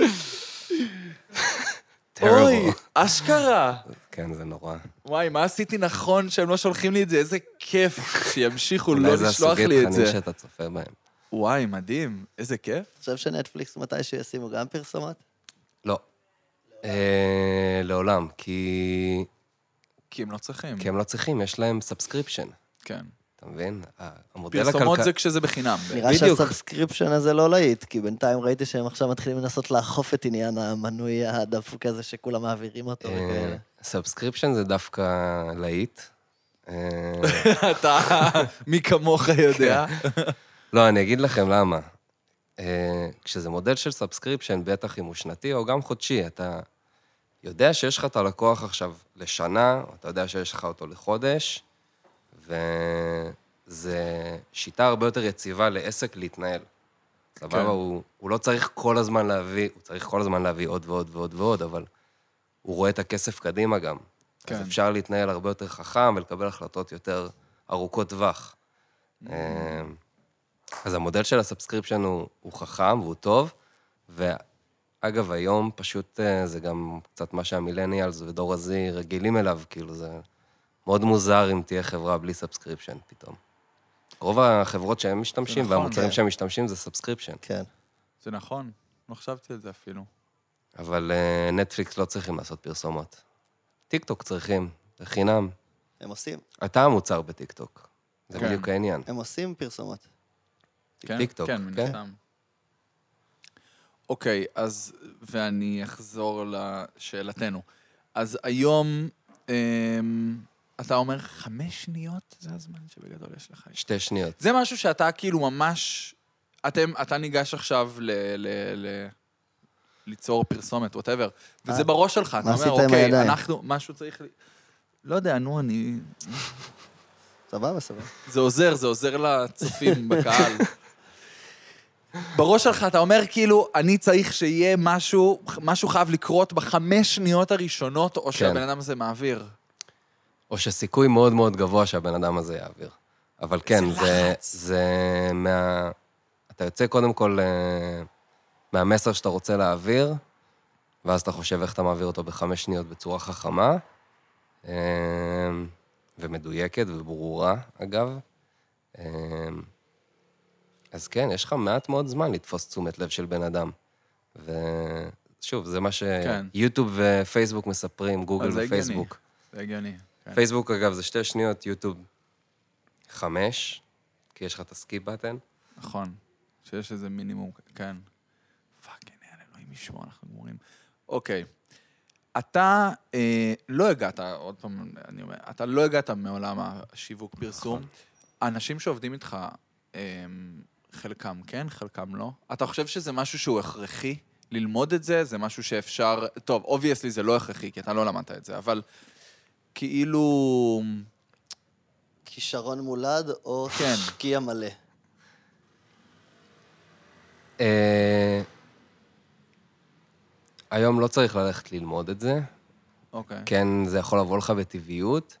אוי, Terrible. אשכרה. כן, זה נורא. וואי, מה עשיתי נכון שהם לא שולחים לי את זה? איזה <laughs> כיף שימשיכו לא אולי זה לשלוח הסוגי לי את זה. תכנים שאתה צופה בהם. וואי, מדהים, איזה כיף. אתה חושב שנטפליקס מתישהו ישימו גם פרסומות? לא. אה, לעולם, כי... כי הם לא צריכים. כי הם לא צריכים, יש להם סאבסקריפשן, כן. אתה מבין? המודל פרסומות הכלכל- זה כשזה בחינם. נראה בדיוק. שהסאבסקריפשן הזה לא להיט, כי בינתיים ראיתי שהם עכשיו מתחילים לנסות לאכוף את עניין המנוי הדפוק הזה שכולם מעבירים אותו וכאלה. אה, סאבסקריפשן זה דווקא להיט. אה, <laughs> אתה, מי כן. כמוך יודע. לא, אני אגיד לכם למה. אה, כשזה מודל של סאבסקריפשן, בטח אם הוא שנתי או גם חודשי, אתה יודע שיש לך את הלקוח עכשיו לשנה, או אתה יודע שיש לך אותו לחודש, וזה שיטה הרבה יותר יציבה לעסק להתנהל. סבבה, כן. הוא, הוא לא צריך כל הזמן להביא, הוא צריך כל הזמן להביא עוד ועוד ועוד ועוד, אבל הוא רואה את הכסף קדימה גם. כן. כן. אז אפשר להתנהל הרבה יותר חכם ולקבל החלטות יותר ארוכות טווח. Mm. אה, אז המודל של הסאבסקריפשן הוא, הוא חכם והוא טוב, ואגב, היום פשוט אה, זה גם קצת מה שהמילניאלס ודור ה-Z רגילים אליו, כאילו זה מאוד מוזר אם תהיה חברה בלי סאבסקריפשן פתאום. רוב החברות שהם משתמשים, נכון, והמוצרים כן. שהם משתמשים זה סאבסקריפשן. כן. זה נכון, לא חשבתי על זה אפילו. אבל אה, נטפליקס לא צריכים לעשות פרסומות. טיקטוק צריכים, זה חינם. הם עושים, אתה המוצר בטיקטוק. זה כן. בדיוק העניין. הם עושים פרסומות. כן? טיקטוק, כן, מן כן. הסתם. אוקיי, אז, ואני אחזור לשאלתנו. אז היום, אמ, אתה אומר חמש שניות? זה הזמן שבגדול יש לך. שתי שניות. זה משהו שאתה כאילו ממש... אתם, אתה ניגש עכשיו ל... ל, ל ליצור פרסומת, ווטאבר. וזה אה? מה- בראש שלך, אתה עשית אומר, עם אוקיי, הידיים?" אנחנו, משהו צריך... ל- לא יודע, נו, אני... סבבה, סבבה. זה עוזר, זה עוזר <laughs> לצופים בקהל. בראש שלך אתה אומר כאילו, אני צריך שיהיה משהו, משהו חייב לקרות בחמש שניות הראשונות, או כן. שהבן אדם הזה מעביר. או שסיכוי מאוד מאוד גבוה שהבן אדם הזה יעביר. אבל כן, זה, זה מה... אתה יוצא קודם כל אה, מהמסר שאתה רוצה להעביר, ואז אתה חושב איך אתה מעביר אותו בחמש שניות בצורה חכמה, אה, ומדויקת וברורה, אגב. אה, אז כן, יש לך מעט מאוד זמן לתפוס תשומת לב של בן אדם. ושוב, זה מה כן. שיוטיוב ופייסבוק מספרים, גוגל אז זה הגיוני. ופייסבוק. זה הגיוני. כן. פייסבוק, אגב, זה שתי שניות, יוטיוב חמש, כי יש לך את הסקי בטן. נכון. שיש איזה מינימום, כן. פאקינג, יאללה, אלוהים ישמור, אנחנו גמורים. אוקיי. אתה אה, לא הגעת, עוד פעם, אני אומר, אתה לא הגעת מעולם השיווק פרסום. נכון. האנשים שעובדים איתך, אה, חלקם כן, חלקם לא. אתה חושב שזה משהו שהוא הכרחי? ללמוד את זה? זה משהו שאפשר... טוב, אובייסלי זה לא הכרחי, כי אתה לא למדת את זה, אבל כאילו... כישרון מולד או כן. שקיע מלא. אה, היום לא צריך ללכת ללמוד את זה. אוקיי. כן, זה יכול לבוא לך בטבעיות.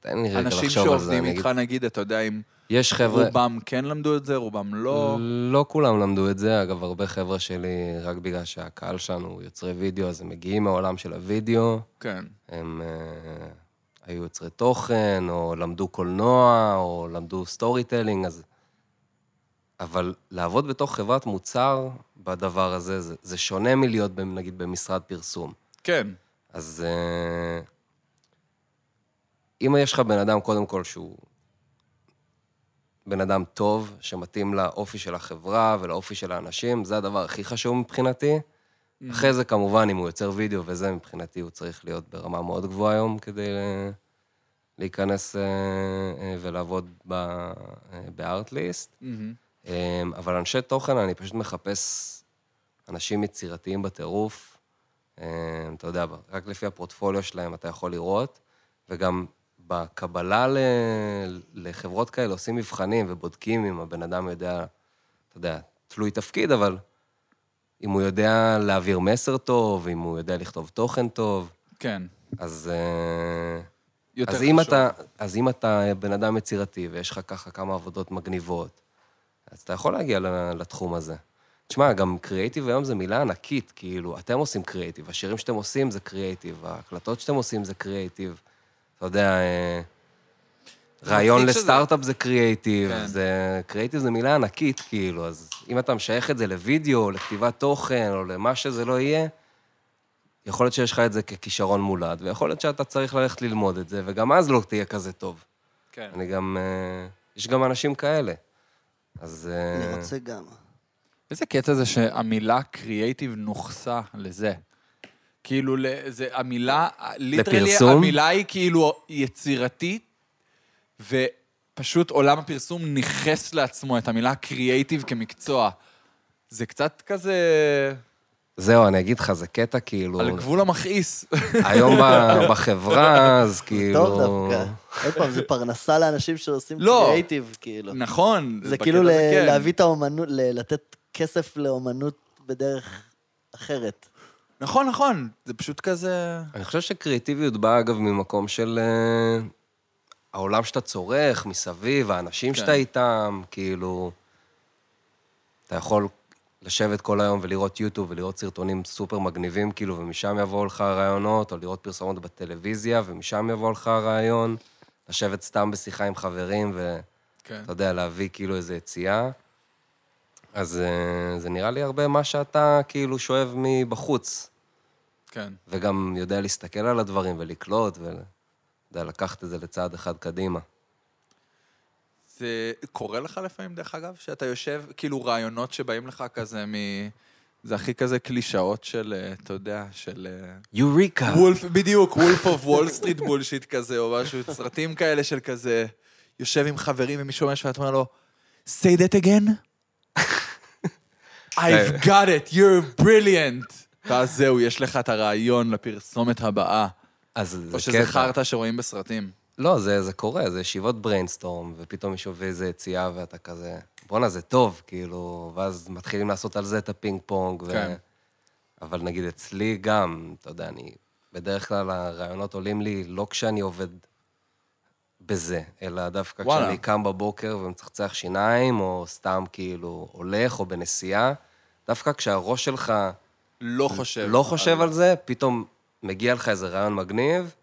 תן לי רגע אנשים לחשוב על זה. שעובדים אני איתך, אגיד. נגיד, אתה יודע, עם... יש חבר'ה... רובם כן למדו את זה, רובם לא. לא כולם למדו את זה, אגב, הרבה חבר'ה שלי, רק בגלל שהקהל שלנו הוא יוצרי וידאו, אז הם מגיעים מהעולם של הוידאו. כן. הם אה, היו יוצרי תוכן, או למדו קולנוע, או למדו סטורי טלינג, אז... אבל לעבוד בתוך חברת מוצר בדבר הזה, זה, זה שונה מלהיות, במ- נגיד, במשרד פרסום. כן. אז אה, אם יש לך בן אדם, קודם כל, שהוא בן אדם טוב, שמתאים לאופי של החברה ולאופי של האנשים, זה הדבר הכי חשוב מבחינתי. אחרי זה, כמובן, אם הוא יוצר וידאו וזה, מבחינתי הוא צריך להיות ברמה מאוד גבוהה היום כדי אה, להיכנס אה, אה, ולעבוד ב- אה, בארטליסט. מהמם. אה, אבל אנשי תוכן, אני פשוט מחפש אנשים יצירתיים בטירוף. אה, אתה יודע, רק לפי הפורטפוליו שלהם אתה יכול לראות, וגם בקבלה ל... לחברות כאלה עושים מבחנים ובודקים אם הבן אדם יודע, אתה יודע, תלוי תפקיד, אבל אם הוא יודע להעביר מסר טוב, אם הוא יודע לכתוב תוכן טוב, כן. אז... אה, יותר אז אם, חשוב. אתה, אז אם אתה בן אדם יצירתי ויש לך ככה כמה עבודות מגניבות, אז אתה יכול להגיע ל- לתחום הזה. תשמע, גם קריאיטיב היום זו מילה ענקית, כאילו, אתם עושים קריאיטיב, השירים שאתם עושים זה קריאיטיב, ההקלטות שאתם עושים זה קריאיטיב. אתה יודע, אה, זה רעיון מצחיק שזה- לסטארט-אפ זה קריאיטיב, כן. זה... קריאיטיב זו מילה ענקית, כאילו, אז אם אתה משייך את זה לוידאו, או לכתיבת תוכן, או למה שזה לא יהיה, יכול להיות שיש לך את זה ככישרון מולד, ויכול להיות שאתה צריך ללכת ללמוד את זה, וגם אז לא תהיה כזה טוב. כן. אני גם... אה, יש גם אנשים כאלה. אז... אה, אני רוצה גם. איזה קטע זה שהמילה קריאייטיב נוכסה לזה. כאילו, ל- זה המילה, ליטרלי, לפרסום? המילה היא כאילו יצירתית, ופשוט עולם הפרסום ניכס לעצמו את המילה קריאייטיב כמקצוע. זה קצת כזה זהו, אני אגיד לך, זה קטע כאילו... על גבול המכעיס. היום ב- בחברה, אז כאילו... טוב דווקא. עוד פעם, זה פרנסה לאנשים שעושים לא. קריאייטיב, כאילו. <laughs> נכון. זה בקטע כאילו הזה ל- כן. להביא את האומנות, ל- לתת כסף לאומנות בדרך אחרת. נכון, נכון. זה פשוט כזה... אני חושב שקריאטיביות באה, אגב, ממקום של... אה, העולם שאתה צורך, מסביב, האנשים כן. שאתה איתם, כאילו... אתה יכול לשבת כל היום ולראות יוטיוב ולראות סרטונים סופר מגניבים, כאילו, ומשם יבואו לך הרעיונות, או לראות פרסומות בטלוויזיה, ומשם יבוא לך הרעיון, לשבת סתם בשיחה עם חברים, ואתה כן. יודע, להביא כאילו איזו יציאה. אז אה, זה נראה לי הרבה מה שאתה כאילו שואב מבחוץ, כן. וגם יודע להסתכל על הדברים ולקלוט, ואתה יודע, לקחת את זה לצעד אחד קדימה. זה קורה לך לפעמים, דרך אגב, שאתה יושב, כאילו רעיונות שבאים לך כזה מ... זה הכי כזה קלישאות של, אה, אתה יודע, של... אה, יוריקה! וולף, בדיוק, וולף אוף וול סטריט בולשיט כזה, או משהו, סרטים כאלה של כזה, יושב עם חברים ומישהו אומר שאתה אומר לו, say that again? I've got it, you're brilliant. ואז זהו, יש לך את הרעיון לפרסומת הבאה. אז זה קטע. או שזה חרטא שרואים בסרטים. לא, זה, זה קורה, זה ישיבות בריינסטורם, ופתאום מישהו הביא איזה יציאה ואתה כזה, בואנה, זה טוב, כאילו, ואז מתחילים לעשות על זה את הפינג פונג. ו... כן. אבל נגיד אצלי גם, אתה יודע, אני, בדרך כלל הרעיונות עולים לי לא כשאני עובד בזה, אלא דווקא וואלה. וואלה. כשאני קם בבוקר ומצחצח שיניים, או סתם כאילו הולך, או בנסיעה, דווקא כשהראש שלך לא חושב. לא חושב על זה, פתאום מגיע לך איזה רעיון מגניב,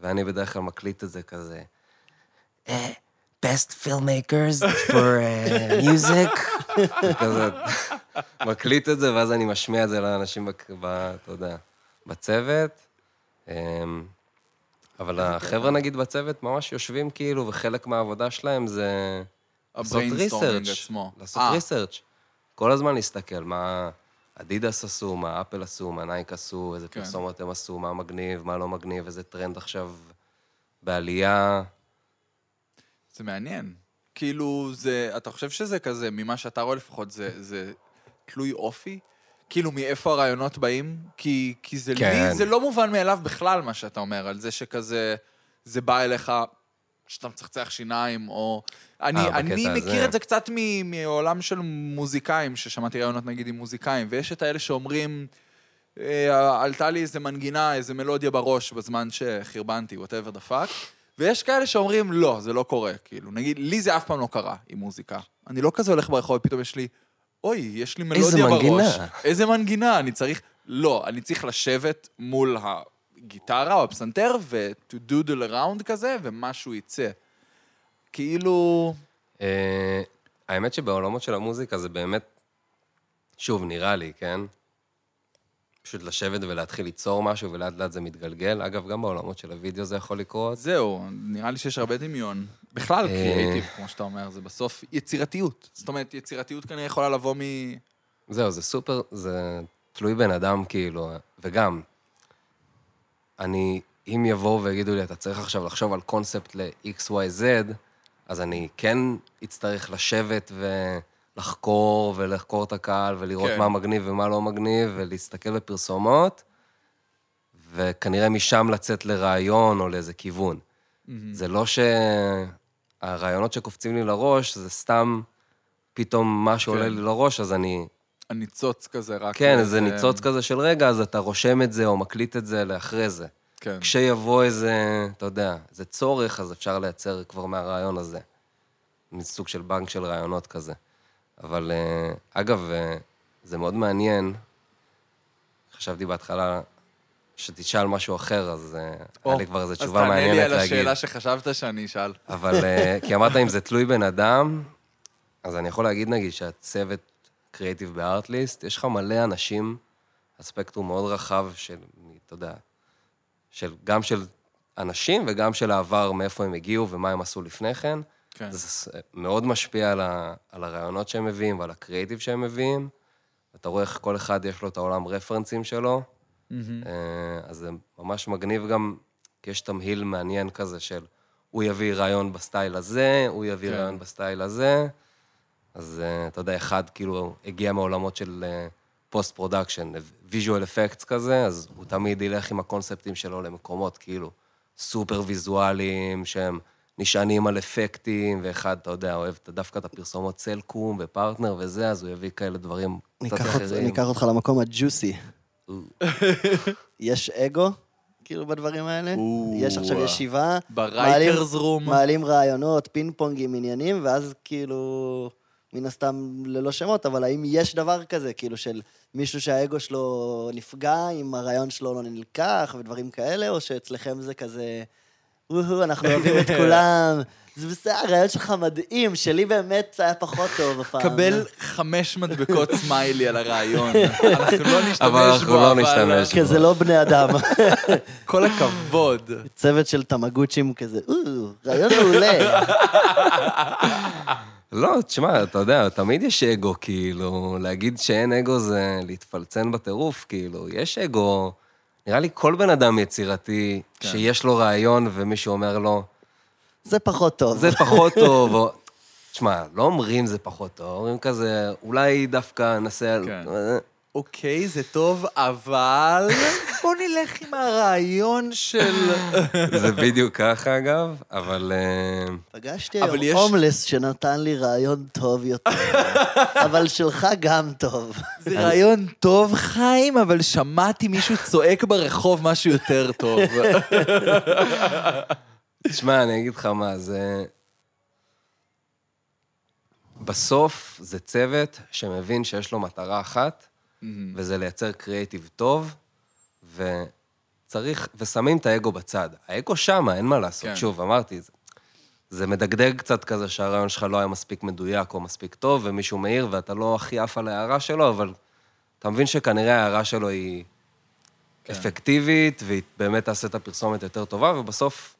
ואני בדרך כלל מקליט את זה כזה. "אה, best filmmakers for uh, music. כזה, מקליט את זה, ואז אני משמיע את זה לאנשים, בק- ב- אתה יודע, בצוות. אמ, אבל החבר'ה, נגיד, בצוות ממש יושבים כאילו, וחלק מהעבודה שלהם זה... לעשות הבריינסטורמינג ריסרצ', עצמו. לעשות אה, ריסרצ'. כל הזמן להסתכל מה אדידס עשו, מה אפל עשו, מה נייק עשו, איזה כן. פרסומות הם עשו, מה מגניב, מה לא מגניב, איזה טרנד עכשיו בעלייה. זה מעניין. כאילו, זה, אתה חושב שזה כזה, ממה שאתה רואה לפחות, זה, זה תלוי אופי? כאילו, מאיפה הרעיונות באים? כי, כי זה כן. כן. לי, זה לא מובן מאליו בכלל, מה שאתה אומר, על זה שכזה, זה בא אליך שאתה מצחצח שיניים, או... אני, אה, אני בקטע מכיר הזה. את זה קצת מ- מעולם של מוזיקאים, ששמעתי רעיונות נגיד עם מוזיקאים, ויש את האלה שאומרים, אה, עלתה לי איזה מנגינה, איזה מלודיה בראש בזמן שחרבנתי, וואטאבר דה פאק. ויש כאלה שאומרים, לא, זה לא קורה, כאילו. נגיד, לי זה אף פעם לא קרה עם מוזיקה. אני לא כזה הולך ברחוב, ופתאום יש לי, אוי, יש לי מלודיה איזה בראש. מנגינה." איזה מנגינה, אני צריך... לא, אני צריך לשבת מול הגיטרה או הפסנתר, ו-to doodle around כזה, ומשהו יצא. כאילו... אה, האמת שבעולמות של המוזיקה זה באמת, שוב, נראה לי, כן? פשוט לשבת ולהתחיל ליצור משהו, ולאט לאט זה מתגלגל. אגב, גם בעולמות של הוידאו זה יכול לקרות. זהו, נראה לי שיש הרבה דמיון. בכלל, אה. קריאיטיב, כמו שאתה אומר, זה בסוף יצירתיות. זאת אומרת, יצירתיות כנראה יכולה לבוא מ... זהו, זה סופר, זה תלוי בן אדם, כאילו, וגם, אני, אם יבואו ויגידו לי, אתה צריך עכשיו לחשוב על קונספט ל-XYZ, אז אני כן אצטרך לשבת ולחקור, ולחקור את הקהל, ולראות כן. כן. מה מגניב ומה לא מגניב, ולהסתכל בפרסומות, וכנראה משם לצאת לרעיון או לאיזה כיוון. זה לא שהרעיונות שקופצים לי לראש, זה סתם פתאום מה שעולה כן. לי לראש, אז אני הניצוץ כזה, רק... לא כן, איזה ניצוץ כזה של רגע, אז אתה רושם את זה או מקליט את זה לאחרי זה. כן. כשיבוא איזה, אתה יודע, איזה צורך, אז אפשר לייצר כבר מהרעיון הזה. מסוג של בנק של רעיונות כזה. אבל אה, אגב, אה, זה מאוד מעניין. חשבתי בהתחלה שתשאל משהו אחר, אז אה, או, היה לי כבר איזו אז תשובה מעניינת תענה להגיד. לי על השאלה שחשבת שאני אשאל. אבל אה, כי אמרת, אם זה תלוי בן אדם, אז אני יכול להגיד, נגיד, שהצוות קריאיטיב בארטליסט, יש לך מלא אנשים, הספקטרום מאוד רחב של, אתה יודע, של, גם של אנשים וגם של העבר, מאיפה הם הגיעו ומה הם עשו לפני כן. כן. זה ס- מאוד משפיע על, ה, על הרעיונות שהם מביאים ועל הקריאיטיב שהם מביאים. אתה רואה איך כל אחד יש לו את העולם רפרנסים שלו. אה, אז זה ממש מגניב גם, כי יש תמהיל מעניין כזה של הוא יביא רעיון בסטייל הזה, הוא יביא כן. רעיון בסטייל הזה. אז אה, אתה יודע, אחד כאילו הגיע מעולמות של אה, פוסט פרודקשן, ויז'ואל אפקטס כזה, אז הוא תמיד ילך עם הקונספטים שלו למקומות כאילו סופר ויזואליים, שהם נשענים על אפקטים, ואחד, אתה יודע, אוהב את- דווקא את הפרסומות סלקום ופרטנר וזה, אז הוא יביא כאלה דברים קצת ניקח, אות, אחרים. ניקח אותך למקום הג'וסי. <laughs> יש אגו, כאילו, בדברים האלה. או. יש עכשיו ישיבה, ברייטרס רום. מעלים רעיונות, פינג פונגים, עניינים, ואז כאילו, מן הסתם ללא שמות, אבל האם יש דבר כזה, כאילו, של מישהו שהאגו שלו נפגע, אם הרעיון שלו לא נלקח, ודברים כאלה, או שאצלכם זה כזה, וואו, אנחנו <laughs> אוהבים את כולם. זה בסדר, הרעיון שלך מדהים, שלי באמת היה פחות טוב הפעם. קבל חמש מדבקות סמיילי על הרעיון. אנחנו לא נשתמש בו, אבל אנחנו לא נשתמש כי זה לא בני אדם. <laughs> כל הכבוד. צוות של תמגוצ'ים כזה, "או, רעיון <laughs> מעולה. לא, תשמע, אתה יודע, תמיד יש אגו, כאילו, להגיד שאין אגו זה להתפלצן בטירוף, כאילו, יש אגו. נראה לי כל בן אדם יצירתי כן. שיש לו רעיון ומישהו אומר לו, זה פחות טוב. זה פחות טוב, או... תשמע, לא אומרים זה פחות טוב, אומרים כזה, אולי דווקא ננסה... על-" כן. אוקיי, זה טוב, אבל בוא נלך עם הרעיון של... זה בדיוק ככה, אגב, אבל... אה, פגשתי אבל יש- היום הומלס שנתן לי רעיון טוב <laughs> יותר, אבל שלך גם טוב. <laughs> זה רעיון טוב, חיים, אבל שמעתי מישהו צועק ברחוב משהו יותר טוב. תשמע, אני אגיד לך מה, זה... בסוף זה צוות שמבין שיש לו מטרה אחת, וזה לייצר קריאיטיב טוב, וצריך, ושמים את האגו בצד. האגו שמה, אין מה לעשות. כן. כן. שוב, אמרתי, זה, זה מדגדג קצת כזה שהרעיון שלך לא היה מספיק מדויק או מספיק טוב, ומישהו מעיר ואתה לא הכי עף על ההערה שלו, אבל אתה מבין שכנראה ההערה שלו היא כן. אפקטיבית, והיא באמת תעשה את הפרסומת יותר טובה, ובסוף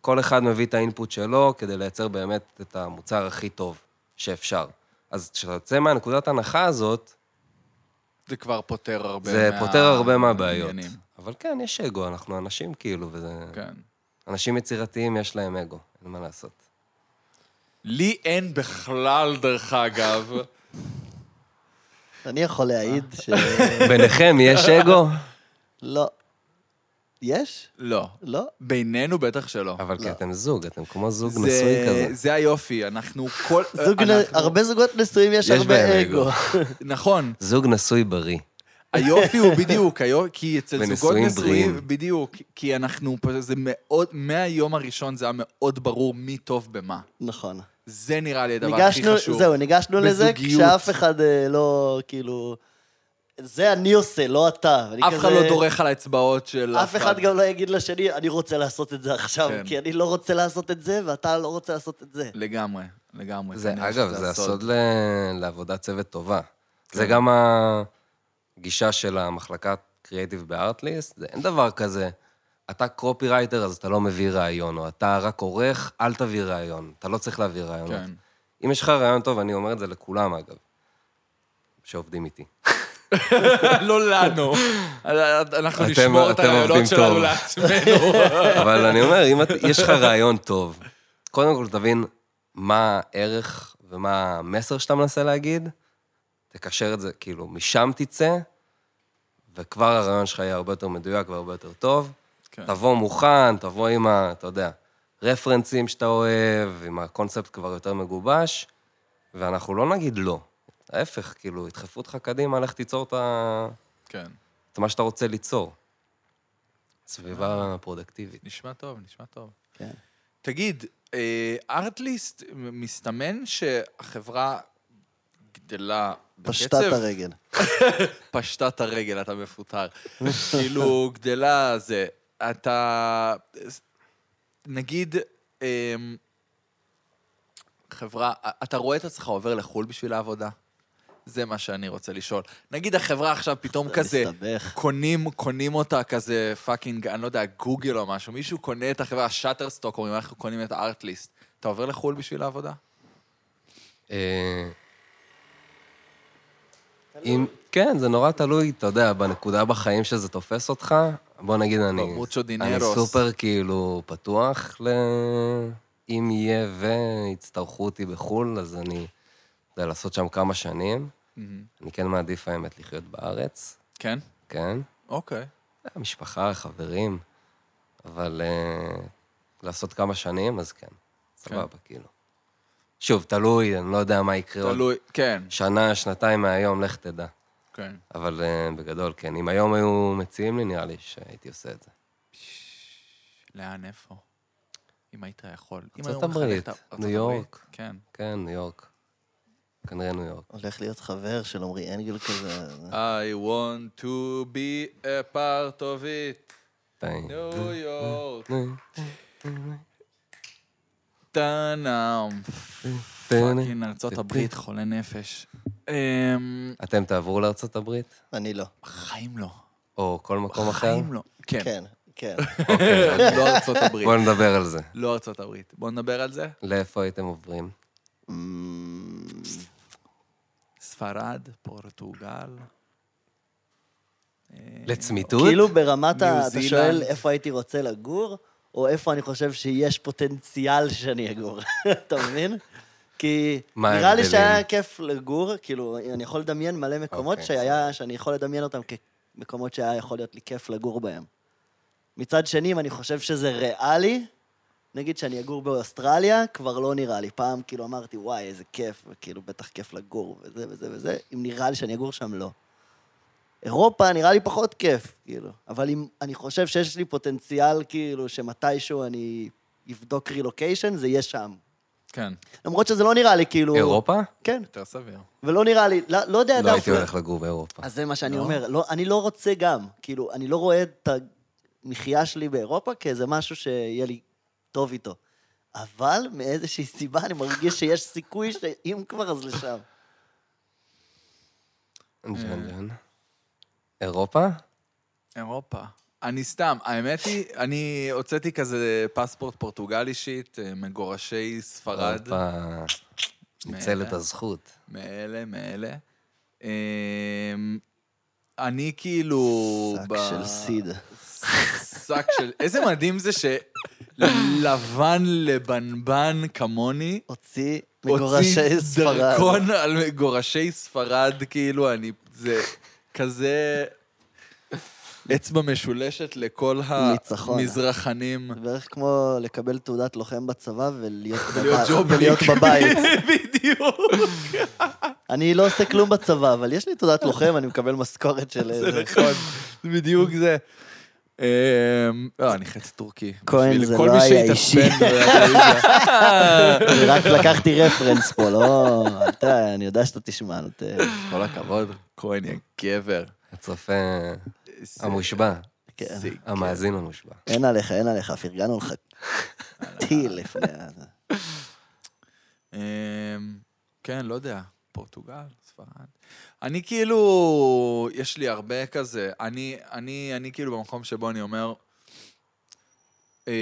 כל אחד מביא את האינפוט שלו כדי לייצר באמת את המוצר הכי טוב שאפשר. אז כשאתה יוצא מהנקודת ההנחה הזאת, זה כבר פותר הרבה זה מה- פותר הרבה מהבעיות. העניינים. אבל כן, יש אגו, אנחנו אנשים כאילו, וזה... כן. אנשים יצירתיים, יש להם אגו, אין מה לעשות. לי אין בכלל, דרך אגב. אני יכול להעיד ש... <laughs> ביניכם יש אגו? לא. יש? לא. לא? בינינו בטח שלא. אבל כי לא. אתם זוג, אתם כמו זוג זה- נשוי כזה. זה היופי, אנחנו כל... <laughs> זוג נ- אה, אנחנו- הרבה זוגות נשואים יש יש בהם הרבה אגו. אגו. נכון. זוג נשוי בריא. היופי הוא בדיוק, היו- כי אצל ונשואים זוגות נשואים, בריאים. בדיוק, כי אנחנו, פה- זה מאוד, מהיום הראשון זה היה מאוד ברור מי טוב במה. <laughs> נכון. זה נראה לי הדבר הכי ניגשנו, חשוב. זהו, ניגשנו לזה בזוגיות. כשאף אחד אה, לא, כאילו... זה אני עושה, לא אתה. ואני אף אחד כזה- לא דורך על האצבעות של אף אחד גם לא יגיד לשני, אני רוצה לעשות את זה עכשיו, כן. כי אני לא רוצה לעשות את זה, ואתה לא רוצה לעשות את זה. לגמרי, לגמרי. זה, כנראה אגב, שזה זה הסוד ל... לעבודת צוות טובה. זה כן. גם הגישה של המחלקת קריאיטיב בארטליסט, זה אין דבר כזה. אתה קופי רייטר, אז אתה לא מביא רעיון, או אתה רק עורך, אל תביא רעיון. אתה לא צריך להביא רעיונות. כן. אם יש לך רעיון טוב, אני אומר את זה לכולם, אגב, שעובדים איתי. <laughs> לא לנו. אנחנו אתם- נשמור את אתם עובדים הרעיונות שלנו טוב. לעצמנו. <laughs> אבל אני אומר, אם את- יש לך רעיון טוב, קודם כל תבין מה הערך ומה המסר שאתה מנסה להגיד, תקשר את זה, כאילו, משם תצא, וכבר הרעיון שלך יהיה הרבה יותר מדויק והרבה יותר טוב. כן. תבוא מוכן, תבוא עם ה... אתה יודע, רפרנסים שאתה אוהב, עם הקונספט כבר יותר מגובש, ואנחנו לא נגיד לא. ההפך, כאילו, ידחפו אותך קדימה, לך תיצור את, ה... כן. את מה שאתה רוצה ליצור. סביבה פרודקטיבית. נשמע טוב, נשמע טוב. כן. תגיד, אה, ארטליסט, מ- מסתמן שהחברה גדלה בקצב... פשטה את הרגל. פשטה את הרגל, אתה <laughs> מפוטר. כאילו, גדלה זה. אתה... נגיד, אמ, חברה, אתה רואה את עצמך עובר לחו"ל בשביל העבודה? זה מה שאני רוצה לשאול. נגיד החברה עכשיו פתאום כזה, מסתבך. קונים, קונים אותה כזה פאקינג, אני לא יודע, גוגל או משהו, מישהו קונה את החברה, שאטרסטוק, אומרים, אנחנו קונים את הארטליסט. אתה עובר לחו"ל בשביל העבודה? אה, אם... כן, זה נורא תלוי, אתה יודע, בנקודה בחיים שזה תופס אותך. בוא נגיד, אני... במוצ'ו אני דינרוס. סופר כאילו פתוח ל... אם יהיה ויצטרכו אותי בחו"ל, אז אני... זה לעשות שם כמה שנים. מהמם. אני כן מעדיף, האמת, לחיות בארץ, כן? כן? אוקיי. המשפחה, חברים, אבל אה, לעשות כמה שנים, אז כן, סבבה, כאילו. שוב, תלוי, אני לא יודע מה יקרה עוד תלוי, כן, שנה, שנתיים מהיום, לך תדע. כן. אבל אה, בגדול, כן. אם היום היו מציעים לי, נראה לי שהייתי עושה את זה. לאן, איפה? אם היית יכול. אם ארצות היו אומרים לך, הברית, לך ת- ארצות ניו יורק. הברית, כן. כן, ניו יורק. כנראה ניו יורק. הולך להיות חבר של עמרי אנגל כזה. I want to be a part of it, די. ניו יורק. נו, טאנאם. פאקינג ארצות הברית, חולה נפש. אמ, אתם תעברו לארצות הברית? אני לא. בחיים לא. או כל מקום אחר? בחיים לא. כן. כן, כן. <laughs> לא ארצות הברית. בואו נדבר על זה. לא ארצות הברית. בואו נדבר על זה. לאיפה הייתם עוברים? אמ, ספרד, פורטוגל. אה, לצמיתות? כאילו ברמת ה... ניו אתה זילנד. שואל איפה הייתי רוצה לגור, או איפה אני חושב שיש פוטנציאל שאני אגור. <laughs> אתה מבין? כי מה נראה לי ההבדלים? שהיה כיף לגור, כאילו, אני יכול לדמיין מלא מקומות אוקיי, שהיה, שאני יכול לדמיין אותם כמקומות שהיה יכול להיות לי כיף לגור בהם. מצד שני, אם אני חושב שזה ריאלי, נגיד שאני אגור באוסטרליה, כבר לא נראה לי. פעם כאילו אמרתי, וואי, איזה כיף, וכאילו, בטח כיף לגור, וזה וזה וזה, אם נראה לי שאני אגור שם, לא. אירופה נראה לי פחות כיף, כאילו. אבל אם אני חושב שיש לי פוטנציאל, כאילו, שמתישהו אני אבדוק רילוקיישן, זה יהיה שם. כן, למרות שזה לא נראה לי, כאילו... אירופה? אה, כן, יותר סביר. ולא נראה לי, לא, לא יודע לא דווקא. הייתי הולך לגור באירופה. אז זה מה שאני לא? אומר, לא, אני לא רוצה גם, כאילו, אני לא רואה את המחיה שלי באירופה כאיזה משהו שיהיה לי טוב איתו. אבל מאיזושהי סיבה אני מרגיש שיש סיכוי שאם כבר, אז לשם. אה. ג'ן ג'ן. אירופה? אירופה. אני סתם, האמת היא, אני הוצאתי כזה פספורט פורטוגלי שיט, אה, מגורשי ספרד, אירופה ניצל את מאלה. הזכות. מאלה, מאלה. אמ, אני כאילו... שק ב- של סיד. שק של... איזה מדהים זה שלבן לבנבן כמוני, הוציא הוציא מגורשי ספרד. דרכון על מגורשי ספרד, כאילו, אני... זה כזה... אצבע משולשת לכל ניצחון. המזרחנים. זה בערך כמו לקבל תעודת לוחם בצבא ולהיות להיות בבית- ג'ובניק. ולהיות בבית. <laughs> בדיוק. אני לא עושה כלום בצבא, אבל יש לי תעודת לוחם, אני מקבל משכורת של זה איזה... נכון, זה בדיוק זה. אמ, לא, אני חצי טורקי. כהן, בשביל זה כל לא מי היה שהתעצבן אישי. בטלוויזיה. אני רק לקחתי רפרנס פה, לא... אתה, אני יודע שאתה תשמע, נו, ת- כל הכבוד, כהן יא גבר. הצופה זה- המושבע. כן. זה- המאזין המושבע. אין עליך, אין עליך, פרגנו לך טיל לפני... ה- אמ, כן, לא יודע, פורטוגל, ספרד. אני כאילו, יש לי הרבה כזה, אני, אני, אני כאילו במקום שבו אני אומר, אמ,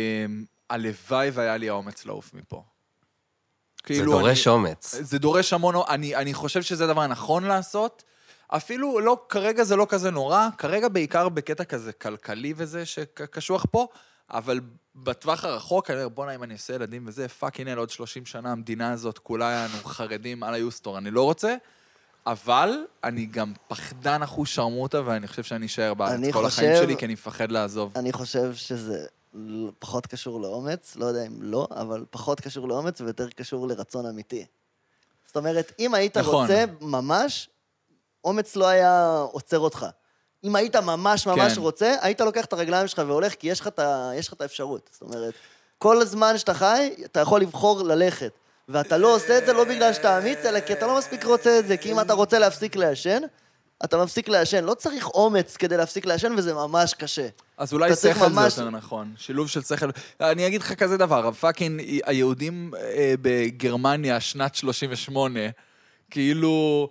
הלוואי והיה לי האומץ לעוף מפה. זה כאילו, אני- דורש אומץ. זה דורש המון, אני, אני חושב שזה הדבר הנכון לעשות. אפילו לא, כרגע זה לא כזה נורא, כרגע בעיקר בקטע כזה כלכלי וזה שקשוח פה, אבל בטווח הרחוק, אני אומר, בואנה, אם אני עושה ילדים וזה, פאק, הנה, לעוד 30 שנה המדינה הזאת, כולה אנו חרדים על היוסטור, אני לא רוצה, אבל אני גם פחדן אחוז שרמוטה, ואני חושב שאני אשאר בארץ אני כל החיים חושב- שלי, כי אני מפחד לעזוב. אני חושב שזה ל- פחות קשור לאומץ, לא יודע אם לא, אבל פחות קשור לאומץ ויותר קשור לרצון אמיתי. זאת אומרת, אם היית נכון. רוצה ממש, אומץ לא היה עוצר אותך. אם היית ממש ממש כן. רוצה, היית לוקח את הרגליים שלך והולך, כי יש לך את ה- יש לך את האפשרות. זאת אומרת, כל הזמן שאתה חי, אתה יכול לבחור ללכת. ואתה לא עושה את זה לא בגלל שאתה אמיץ, אלא כי אתה לא מספיק רוצה את זה. כי אם אתה רוצה להפסיק לעשן, אתה מפסיק לעשן. לא צריך אומץ כדי להפסיק לעשן, וזה ממש קשה. אז אולי אתה צריך שכל ממש... ממש- זה יותר נכון, שילוב של שכל. אני אגיד לך כזה דבר, הפאקינג היהודים אה, בגרמניה, שנת 38, כאילו,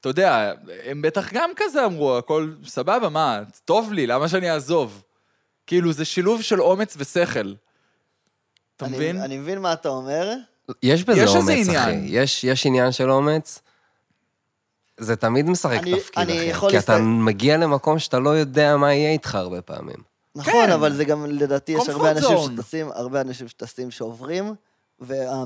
אתה יודע, הם בטח גם כזה אמרו, הכל סבבה, מה, טוב לי, למה שאני אעזוב? כאילו, זה שילוב של אומץ ושכל. אתה אני- מבין? כן. אני מבין מה אתה אומר. יש בזה יש איזה אומץ, אחי. עניין. יש, יש עניין של אומץ. זה תמיד משחק אני- תפקיד, אני אחי. יכול כי אתה להסתכל- מגיע למקום שאתה לא יודע מה יהיה איתך הרבה פעמים. נכון, אבל זה גם, לדעתי, יש Comfort הרבה אנשים zone. שטסים, הרבה אנשים שטסים שעוברים,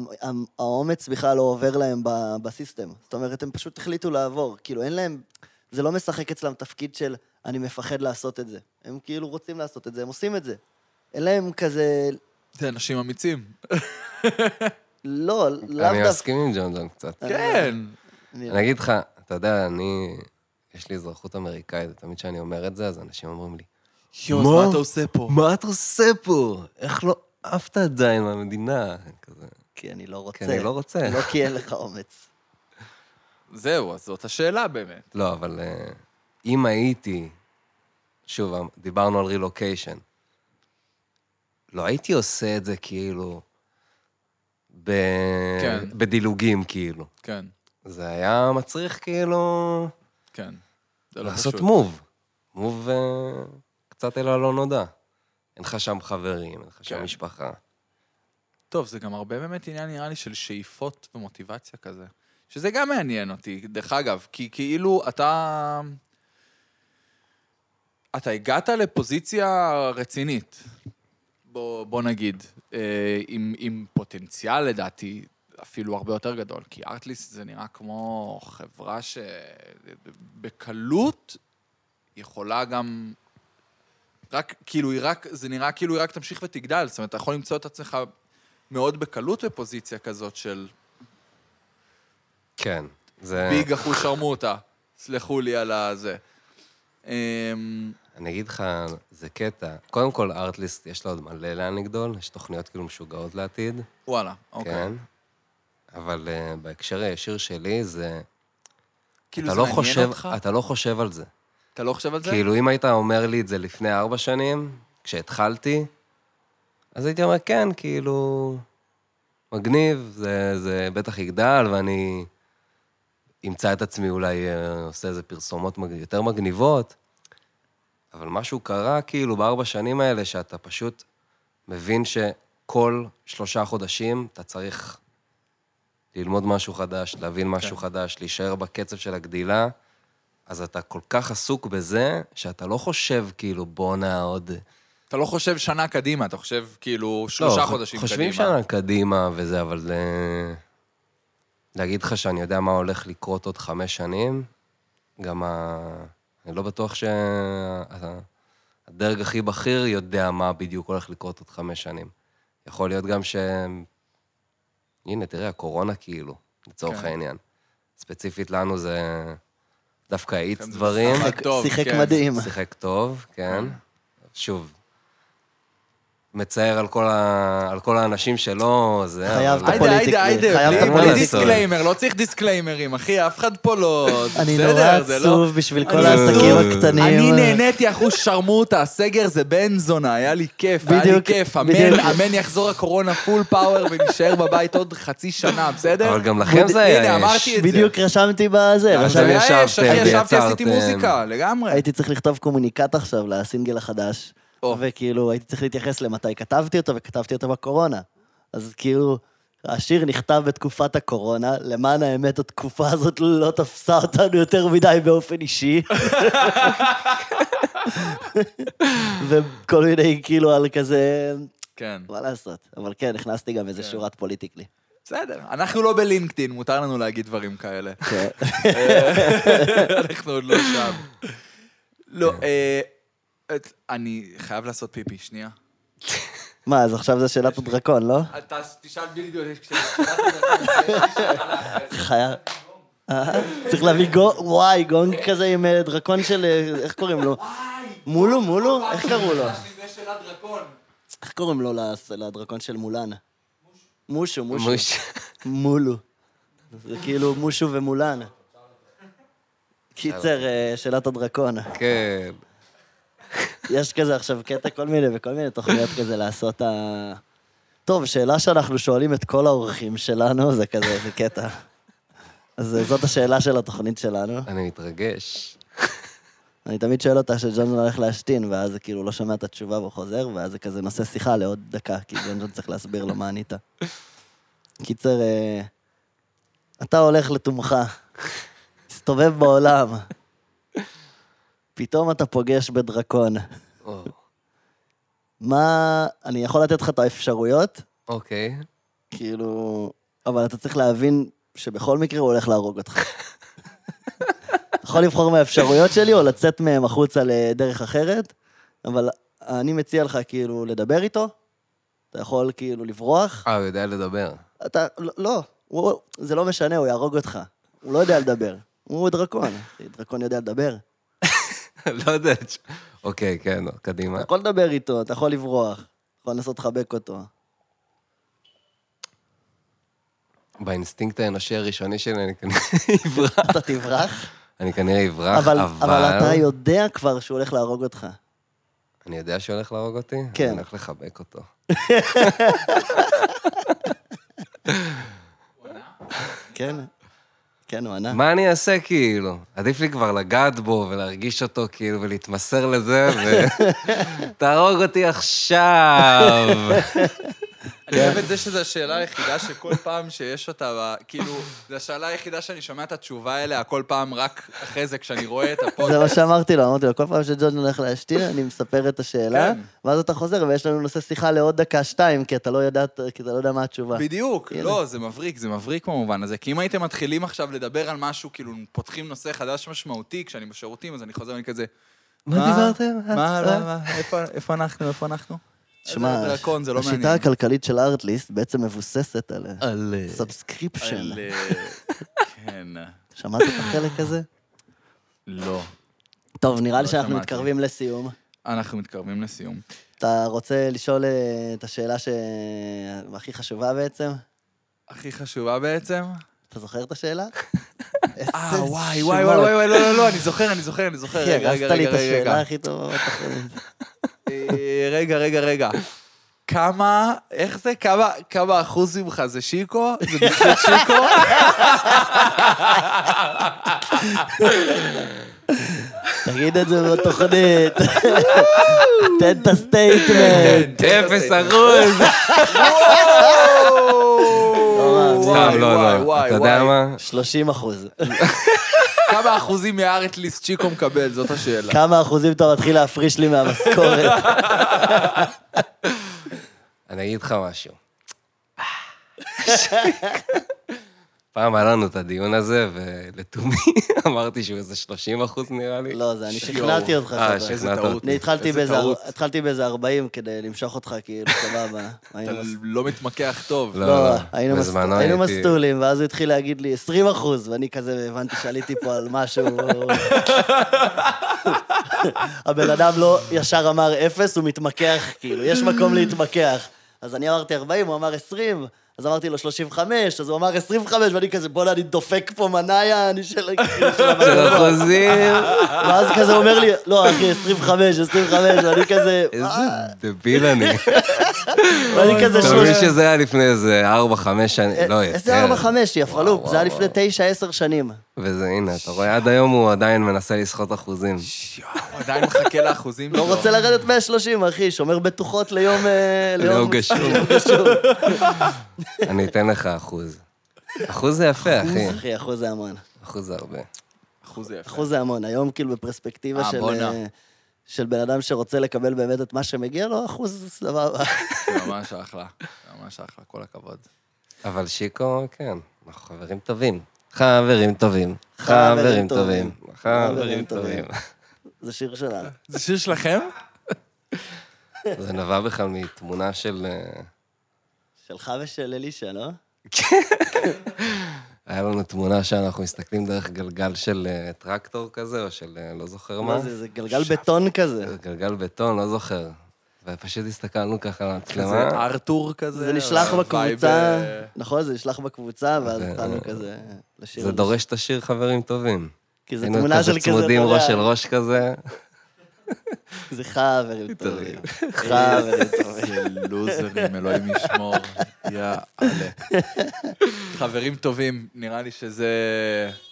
והאומץ בכלל לא עובר להם ב- בסיסטם. זאת אומרת, הם פשוט החליטו לעבור. כאילו, אין להם... זה לא משחק אצלם תפקיד של אני מפחד לעשות את זה. הם כאילו רוצים לעשות את זה, הם עושים את זה. אין להם כזה... זה אנשים אמיצים. לא, לאו אני דווקא... מסכים עם ג'ון ג'ון קצת. כן. אני- אני אגיד לך, אתה יודע, אני... יש לי אזרחות אמריקאית, תמיד כשאני אומר את זה, אז אנשים אומרים לי, יואו, אז מה? מה אתה עושה פה? מה אתה עושה פה? איך לא עפת עדיין מהמדינה? כזה, כי אני לא רוצה. כי אני לא רוצה. לא כי אין לך אומץ. זהו, אז זאת השאלה באמת. לא, אבל אה, אם הייתי, שוב, דיברנו על רילוקיישן, לא הייתי עושה את זה כאילו ב... כן. בדילוגים, כאילו. כן, זה היה מצריך כאילו כן. זה לא לעשות פשוט. מוב. מוב אה, קצת אל הלא נודע. אין לך שם חברים, אין לך כן. שם משפחה. טוב, זה גם הרבה באמת עניין, נראה לי, של שאיפות ומוטיבציה כזה. שזה גם מעניין אותי, דרך אגב, כי כאילו אתה... אתה הגעת לפוזיציה רצינית, בוא, בוא נגיד, אה, עם, עם פוטנציאל לדעתי אפילו הרבה יותר גדול, כי ארטליסט זה נראה כמו חברה שבקלות יכולה גם רק, כאילו, היא רק, זה נראה כאילו היא רק תמשיך ותגדל. זאת אומרת, אתה יכול למצוא את עצמך מאוד בקלות בפוזיציה כזאת של כן. זה... ביג אחו שרמוטה, סלחו לי על הזה. אמ, אני אגיד לך, זה קטע. קודם כל, ארטליסט, יש לו עוד מלא לאן לגדול, יש תוכניות כאילו משוגעות לעתיד. וואלה, אוקיי. כן. אבל אה, בהקשר הישיר שלי, זה... כאילו, אתה זה לא מעניין חושב, אותך? אתה לא חושב על זה. אתה לא חושב על זה? כאילו, אם היית אומר לי את זה לפני ארבע שנים, כשהתחלתי, אז הייתי אומר, כן, כאילו, מגניב, זה, זה בטח יגדל, ואני אמצא את עצמי אולי אה, עושה איזה פרסומות מג- יותר מגניבות. אבל משהו קרה, כאילו, בארבע שנים האלה, שאתה פשוט מבין שכל שלושה חודשים אתה צריך ללמוד משהו חדש, כן. להבין משהו חדש, להישאר בקצב של הגדילה. אז אתה כל כך עסוק בזה, שאתה לא חושב כאילו, בואנה עוד... אתה לא חושב שנה קדימה, אתה חושב כאילו שלושה לא, חודשים קדימה. חושבים שנה קדימה וזה, אבל אה, להגיד לך שאני יודע מה הולך לקרות עוד חמש שנים, גם ה... אני לא בטוח שהדרג הכי בכיר יודע מה בדיוק הולך לקרות עוד חמש שנים. יכול להיות גם ש... הנה, תראה, הקורונה כאילו, לצורך כן. העניין. ספציפית לנו זה דווקא האיץ כן, זה דברים. משחק שיחק- טוב, שיחק כן, מדהים. שיחק טוב, כן. שוב, מצער על כל, ה... על כל האנשים שלא... זה, חייב אבל- את היידה, היידה, הפוליטיק- חייב את היידה, בלי- בלי הפוליטיק. דיסקליימר, לא צריך דיסקליימרים, אחי, אף אחד פה לא... אני בסדר, נורא זה לא- עצוב בשביל כל אני העסקים עצוב. הקטנים. אני נהניתי אחוז שרמוטה, סגר זה בן זונה, היה לי כיף, היה לי בדיוק, כיף, אמן, בדיוק. אמן יחזור הקורונה פול פאוור ונישאר בבית עוד חצי שנה, בסדר? אבל גם לכם זה היה הנה, אש. אמרתי את זה. בדיוק רשמתי בזה, זה רשמתי- עכשיו היה אש, אחי, ישבתם ישבתי, עשיתי ויצרתם. מוזיקה, לגמרי. הייתי צריך לכתוב קומוניקט עכשיו לסינגל החדש, או. וכאילו הייתי צריך להתייחס למתי כתבתי אותו, וכתבתי אותו בקורונה. אז כאילו, השיר נכתב בתקופת הקורונה, למען האמת התקופה הזאת לא תפסה אותנו יותר מדי באופן אישי. <laughs> וכל מיני כאילו על כזה, כן. מה לעשות. אבל כן, הכנסתי גם איזה כן. שורת פוליטיקלי. <laughs> בסדר, אנחנו לא בלינקדאין, מותר לנו להגיד דברים כאלה. כן. אנחנו עוד לא שם. לא, אה, את- אני חייב לעשות פיפי, שנייה. מה, אז עכשיו זה שאלת הדרקון, לא? אתה תשאל בדיוק, חייב. אה, צריך להביא גונג, וואי, גונג כזה עם אה, דרקון של, אה, איך קוראים לו? מולו, מולו? איך קראו לו? איך קוראים לו לס- לדרקון של מולן? מושו, מושו. מוש... מולו. זה כאילו מושו ומולן. קיצר, אה, שאלת הדרקון. כן. יש כזה עכשיו קטע כל מיני וכל מיני תוכניות כזה לעשות ה... טוב, שאלה שאנחנו שואלים את כל האורחים שלנו, זה כזה, זה קטע. אז אה, זאת השאלה של התוכנית שלנו. אני מתרגש. אני תמיד שואל אותה שג'ונג'ון הולך להשתין, ואז זה כאילו לא שומע את התשובה והוא חוזר, ואז זה כזה נושא שיחה לעוד דקה, כי ג'ונג'ון צריך להסביר לו מה ענית. קיצר, אה, אתה הולך לתומך, מסתובב בעולם, פתאום אתה פוגש בדרקון. או, מה... אני יכול לתת לך את האפשרויות, אוקיי. כאילו... אבל אתה צריך להבין שבכל מקרה הוא הולך להרוג אותך. אתה יכול לבחור מהאפשרויות שלי או לצאת מהם החוצה לדרך אחרת, אבל אני מציע לך כאילו לדבר איתו, אתה יכול כאילו לברוח, אה, הוא יודע לדבר. <laughs> אתה... לא, לא, הוא- זה לא משנה, הוא יהרוג אותך. הוא לא יודע לדבר. הוא דרקון, אחי, דרקון יודע לדבר. לא יודע. אוקיי, כן, קדימה. אתה יכול לדבר איתו, אתה יכול לברוח, אתה יכול לנסות לחבק אותו. באינסטינקט האנושי הראשוני שלי אני כנראה אברח. אתה תברח, אני כנראה אברח, אבל, אבל... אבל אתה יודע כבר שהוא הולך להרוג אותך. אני יודע שהוא הולך להרוג אותי? כן. אני הולך לחבק אותו. כן? כן, הוא ענה. מה אני אעשה, כאילו? עדיף לי כבר לגעת בו ולהרגיש אותו, כאילו, ולהתמסר לזה, ו... <laughs> תהרוג אותי עכשיו! אני אוהב את זה שזו השאלה היחידה שכל פעם שיש אותה, ב- כאילו, זו השאלה היחידה שאני שומע את התשובה אליה כל פעם רק אחרי זה, כשאני רואה את <laughs> זה הפודקאסט. מה שאמרתי לו, אמרתי לו, כל פעם שג'ון הולך להשתין, אני מספר את השאלה, כן. ואז אתה חוזר ויש לנו נושא שיחה לעוד דקה-שתיים, כי אתה לא ידעת, כי אתה לא יודע מה התשובה. בדיוק, הנה. לא, זה מבריק, זה מבריק במובן הזה. כי אם הייתם מתחילים עכשיו לדבר על משהו, כאילו, פותחים נושא חדש משמעותי, כשאני בשירותים, אז אני חוזר ואני כזה... מה דיברתם? מה, אה? מה, מה, איפה- איפה אנחנו, איפה אנחנו? שמע, זה דרקון, זה לא מעניין. אה, השיטה הכלכלית של ארטליסט בעצם מבוססת על על... סאבסקריפשן. על, כן, שמעת את החלק הזה? לא. טוב, נראה לי אה, לא שאנחנו שמעתי. מתקרבים לסיום. אנחנו מתקרבים לסיום. אתה רוצה לשאול אה, את השאלה ש- הכי חשובה בעצם? הכי חשובה בעצם? אתה זוכר את השאלה? <laughs> אה, איזה וואי, שמות. וואי, וואי, וואי, לא, לא, לא, אני זוכר, אני זוכר, אני זוכר. אחי, רגע, הרסת רגע, כן, לי רגע, את רגע. השאלה הכי טובה בתחרות. אה, רגע, רגע, רגע. כמה, איך זה, כמה, כמה אחוז ממך זה שיקו? זה בזכות <laughs> שיקו? כן, תגיד את זה בתוכנית. תן את אה, הסטייטמנט. אפס אחוז! וואו, סתם, לא, וואי, לא. וואי, אתה יודע וואי. מה? 30 אחוז. לא. כמה אחוזים מהארטליסט שיקו מקבל? זאת השאלה. כמה אחוזים אתה מתחיל להפריש לי מהמשכורת? <laughs> אני אגיד לך משהו. פעם היה לנו את הדיון הזה, ולתומי <laughs> אמרתי שהוא איזה 30 אחוז נראה לי. לא, זה אני שיו. שכנעתי אותך. אה, שאתה- איזה שכנעת טעות. אותי. אני התחלתי איזה באיזה- טעות. התחלתי באיזה 40 כדי למשוך אותך, כאילו, סבבה. <laughs> אתה היינו מס- לא מתמקח טוב. לא. לא, היינו מס- בזמנו היינו הייתי- מסטולים, ואז הוא התחיל להגיד לי 20 אחוז, ואני כזה הבנתי שעליתי פה על משהו. <laughs> הבן אדם לא ישר אמר אפס, הוא מתמקח, כאילו, יש מקום להתמקח. אז אני אמרתי 40, הוא אמר 20, אז אמרתי לו 35, אז הוא אמר 25, ואני כזה, בוא'נה, אני דופק פה מניה, אני של <laughs> כאילו, של של המקום." אחוזים! ואז כזה הוא אומר לי, לא, אחי, 25, 25, ואני כזה, איזה אה, דביל אני. ואני כזה אה, אתה מבין שלוש... שזה היה לפני איזה 4-5 שנים, לא אה, יותר. איזה 4-5, יא פלופ, וואו, זה היה וואו, לפני 9-10 שנים. וזה, הנה, אתה רואה, עד היום הוא עדיין מנסה לסחוט אחוזים. שיואו, עדיין מחכה לאחוזים לא שלו. רוצה לרדת 130, אחי, שומר בטוחות ליום... אה, ליום לא גשום. ליום גשום. אני אתן לך אחוז. אחוז זה יפה, אחי. אחי, אחוז זה המון. אחוז זה הרבה. אחוז יפה. אחוז זה המון. היום, כאילו, בפרספקטיבה אה, של... בואנה. אה, של בן אדם שרוצה לקבל באמת את מה שמגיע לו, אחוז זה סבבה. <laughs> זה ממש אחלה. זה ממש אחלה, כל הכבוד. אבל שיקו, כן, אנחנו חברים טובים. חברים טובים. חברים חברים טובים. טובים. חברים חברים טובים. טובים. זה שיר שלנו. זה שיר שלכם? זה נבע בכלל מתמונה של... אה, שלך ושל אלישע, לא? היה לנו תמונה שאנחנו מסתכלים דרך גלגל של אה, טרקטור כזה, או של אה, לא זוכר מה. מה זה, זה גלגל בטון כזה. זה גלגל בטון, לא זוכר. ופשוט הסתכלנו ככה על כזה המצלמה. ארתור כזה. אה, זה נשלח אבל בקבוצה, אה? וייב, אה, נכון? זה נשלח בקבוצה, ואז זה- התחלנו כזה אה, לשיר. זה דורש את השיר חברים טובים. כי זו היינו תמונה של כזה כזה, צמודים אתה ראש יודע, אל ראש כזה. זה חברים טובים. טובים. חברים טובים. <laughs> איזה אה, לוזרים, אלוהים <laughs> ישמור. יאללה. חברים טובים, נראה לי שזה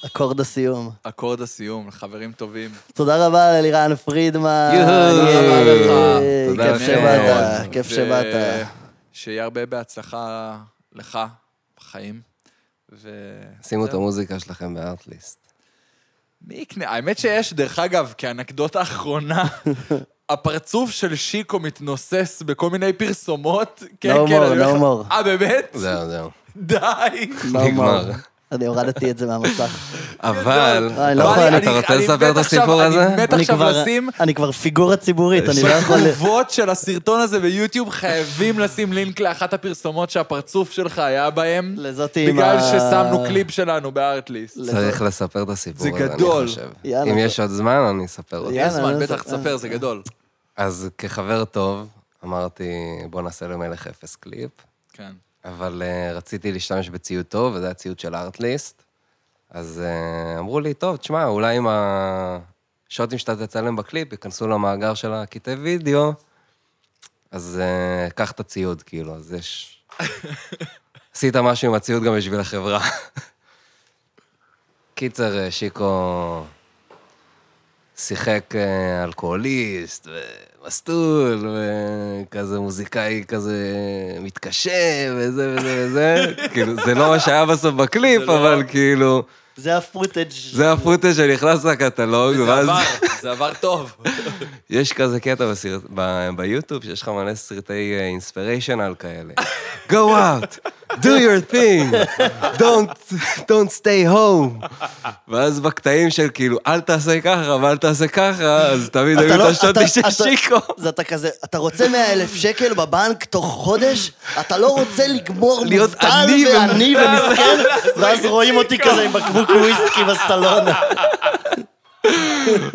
אקורד הסיום. אקורד הסיום, חברים טובים. תודה רבה לאלירן פרידמן. יואו. תודה רבה לך. תודה כיף לכם. שבאת, כיף ו- שבאת. שיהיה הרבה בהצלחה לך, בחיים. ו... שימו את המוזיקה שלכם בארטליסט. <laughs> מי יקנה? האמת שיש, דרך אגב, כאנקדוטה אחרונה, הפרצוף של שיקו מתנוסס בכל מיני פרסומות. כן, No more, אני אומר no לך- אה, באמת? זהו, זהו. די. לא נגמר. אמר. אני הורדתי את זה <laughs> מהמסך. אבל... אני לא יכול, אני- אתה רוצה אני לספר את מת עכשיו- הסיפור הזה? אני מת אני עכשיו כבר- לשים אני כבר פיגורה ציבורית, <laughs> אני לא יכול... ל- בתגובות של הסרטון הזה ביוטיוב חייבים לשים לינק לאחת הפרסומות שהפרצוף שלך היה בהם, לזאת עם בגלל ה- ששמנו קליפ שלנו בארטליסט. צריך לספר את הסיפור זה הזה, גדול. אני חושב. יאללה, אם זה- יש עוד זמן, אני אספר אותו. אין יאללה, זמן, לא בטח, זה- תספר, זה גדול. אז כחבר טוב, אמרתי, בוא נעשה למלך אפס קליפ, כן. אבל אה, רציתי להשתמש בציוד טוב, וזה היה ציוד של ארטליסט. אז אה, אמרו לי, טוב, תשמע, אולי עם השוטים שאתה תצלם בקליפ, ייכנסו למאגר של הקטעי וידאו, אז אה, קח את הציוד, כאילו, אז יש... עשית משהו עם הציוד גם בשביל החברה. <laughs> קיצר, אה, שיקו שיחק אה, אלכוהוליסט ומסטול, וכזה מוזיקאי כזה מתקשה, וזה וזה וזה. כאילו, זה לא מה שהיה בסוף בקליפ, אבל כאילו, זה הפוטג'. זה הפוטאז' שנכנס לקטלוג, זה ואז עבר, זה עבר טוב. יש כזה קטע בסרט, ב, ביוטיוב, שיש לך מלא סרטי אינספיריישנל כאלה. Go out, do your thing, don't, don't stay home. ואז בקטעים של כאילו, אל תעשה ככה ואל תעשה ככה, אז תמיד אתה היו לא- את השוטים אתה- של אתה- שיקו. זה אתה כזה, אתה רוצה 100 אלף שקל בבנק תוך חודש? אתה לא רוצה לגמור <laughs> להיות מובטל עני ועני <laughs> ומסכן? ואז רואים אותי כזה עם בקבוק וויסקי <laughs> בסטלונה.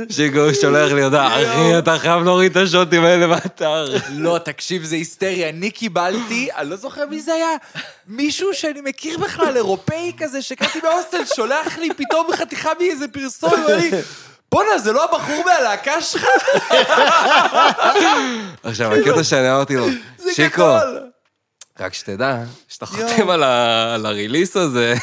שיקו שולח לי הודעה, אחי, אתה חייב להוריד את השוטים האלה מהאתר. לא, תקשיב, זה היסטריה. אני קיבלתי, אני לא זוכר מי זה היה, מישהו שאני מכיר בכלל, אירופאי כזה, שקראתי בהוסטל, שולח לי פתאום חתיכה מאיזה פרסום, ואני... בואנה, זה לא הבחור מהלהקה שלך? עכשיו, הקטע שאני אמרתי לו, זה שיקו, גדול. רק שתדע, שאתה חותם על ה- על הריליס הזה,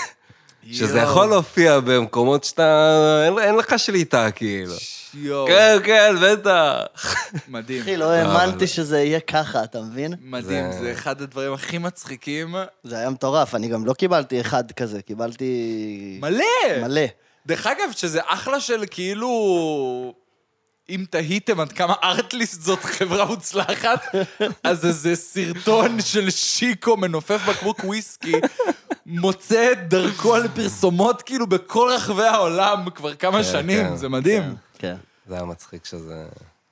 שזה יכול להופיע במקומות שאתה... אין- אין לך שליטה, כאילו. יואו, כן, כן, <laughs> בטח. מדהים. אחי, אה, לא האמנתי שזה יהיה ככה, אתה מבין? מדהים, זה- זה אחד הדברים הכי מצחיקים. זה היה מטורף, אני גם לא קיבלתי אחד כזה, קיבלתי... מלא! מלא. דרך אגב, שזה אחלה של כאילו... אם תהיתם עד כמה ארטליסט זאת חברה <laughs> מוצלחת, אז איזה סרטון של שיקו מנופף בקבוק וויסקי, מוצא את דרכו על פרסומות כאילו בכל רחבי העולם כבר כמה שנים, כן, זה מדהים. כן. זה היה מצחיק שזה...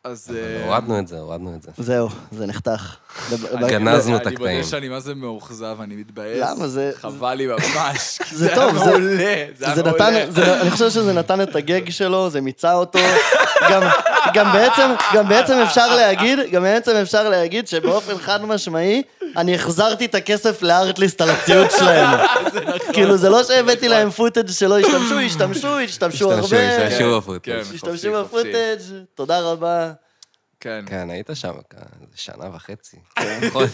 אז... אה, הורדנו את זה, הורדנו את זה. זהו, זה נחתך. ב- ב- הגנה הזנו את לא אני הקטעים. מודה שאני מה זה מאוכזב, אני מתבאס. למה? זה- חבל לי ממש. כי זה טוב, היה זה- מעולה. זה היה זה מעולה. נתן, זה, אני חושב שזה נתן את הגג שלו, זה מיצה אותו. גם, גם, בעצם, גם בעצם אפשר להגיד, גם בעצם אפשר להגיד שבאופן חד משמעי, אני החזרתי את הכסף לארטליסט על הציוד שלהם. נכון. כאילו, זה לא שהבאתי להם פוטאג' שלא השתמשו, השתמשו, השתמשו השתמשו, הרבה. השתמשו. כן, בפוטאג'. כן, חופשי, השתמשו חופשי. בפוטאג', תודה רבה. כן. כן, היית שם כ- שנה וחצי. נכון.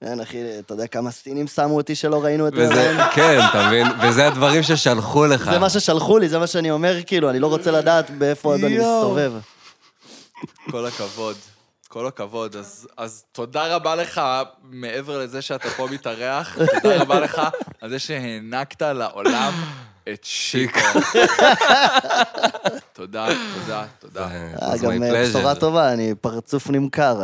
כן, אחי, אתה יודע כמה סינים שמו אותי שלא ראינו את <laughs> וזה, זה? כן, אתה מבין? וזה הדברים ששלחו לך. זה מה ששלחו לי, זה מה שאני אומר, כאילו, אני לא רוצה לדעת באיפה עוד אני יואו. מסתובב. <laughs> כל הכבוד. כל הכבוד. אז, אז תודה רבה לך, מעבר לזה שאתה פה <laughs> מתארח, תודה רבה לך על זה שהענקת לעולם את שיקו. <laughs> תודה, תודה, תודה. It אה, was גם my אה, pleasure. בשורה טובה, אני פרצוף נמכר.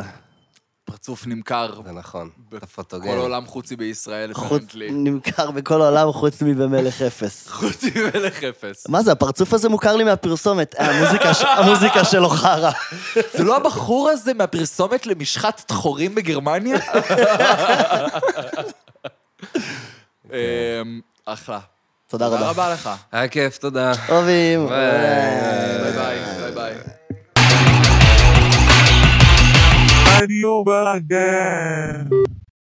פרצוף נמכר זה נכון, אתה בכל פוטוגן. עולם חוצי בישראל, חוץ- הפרנטלי. נמכר בכל העולם חוץ מבמלך אפס. חוצי מלך אפס. מה זה, הפרצוף הזה מוכר לי מהפרסומת. אה, המוזיקה ש- המוזיקה שלו חרא. זה לא הבחור הזה מהפרסומת למשחת <laughs> דחורים בגרמניה? אמ, אחלה. תודה תודה רבה. רבה לך. היה כיף, תודה. אוהבים. ביי. ביי ביי, ביי ביי. Radio Badan.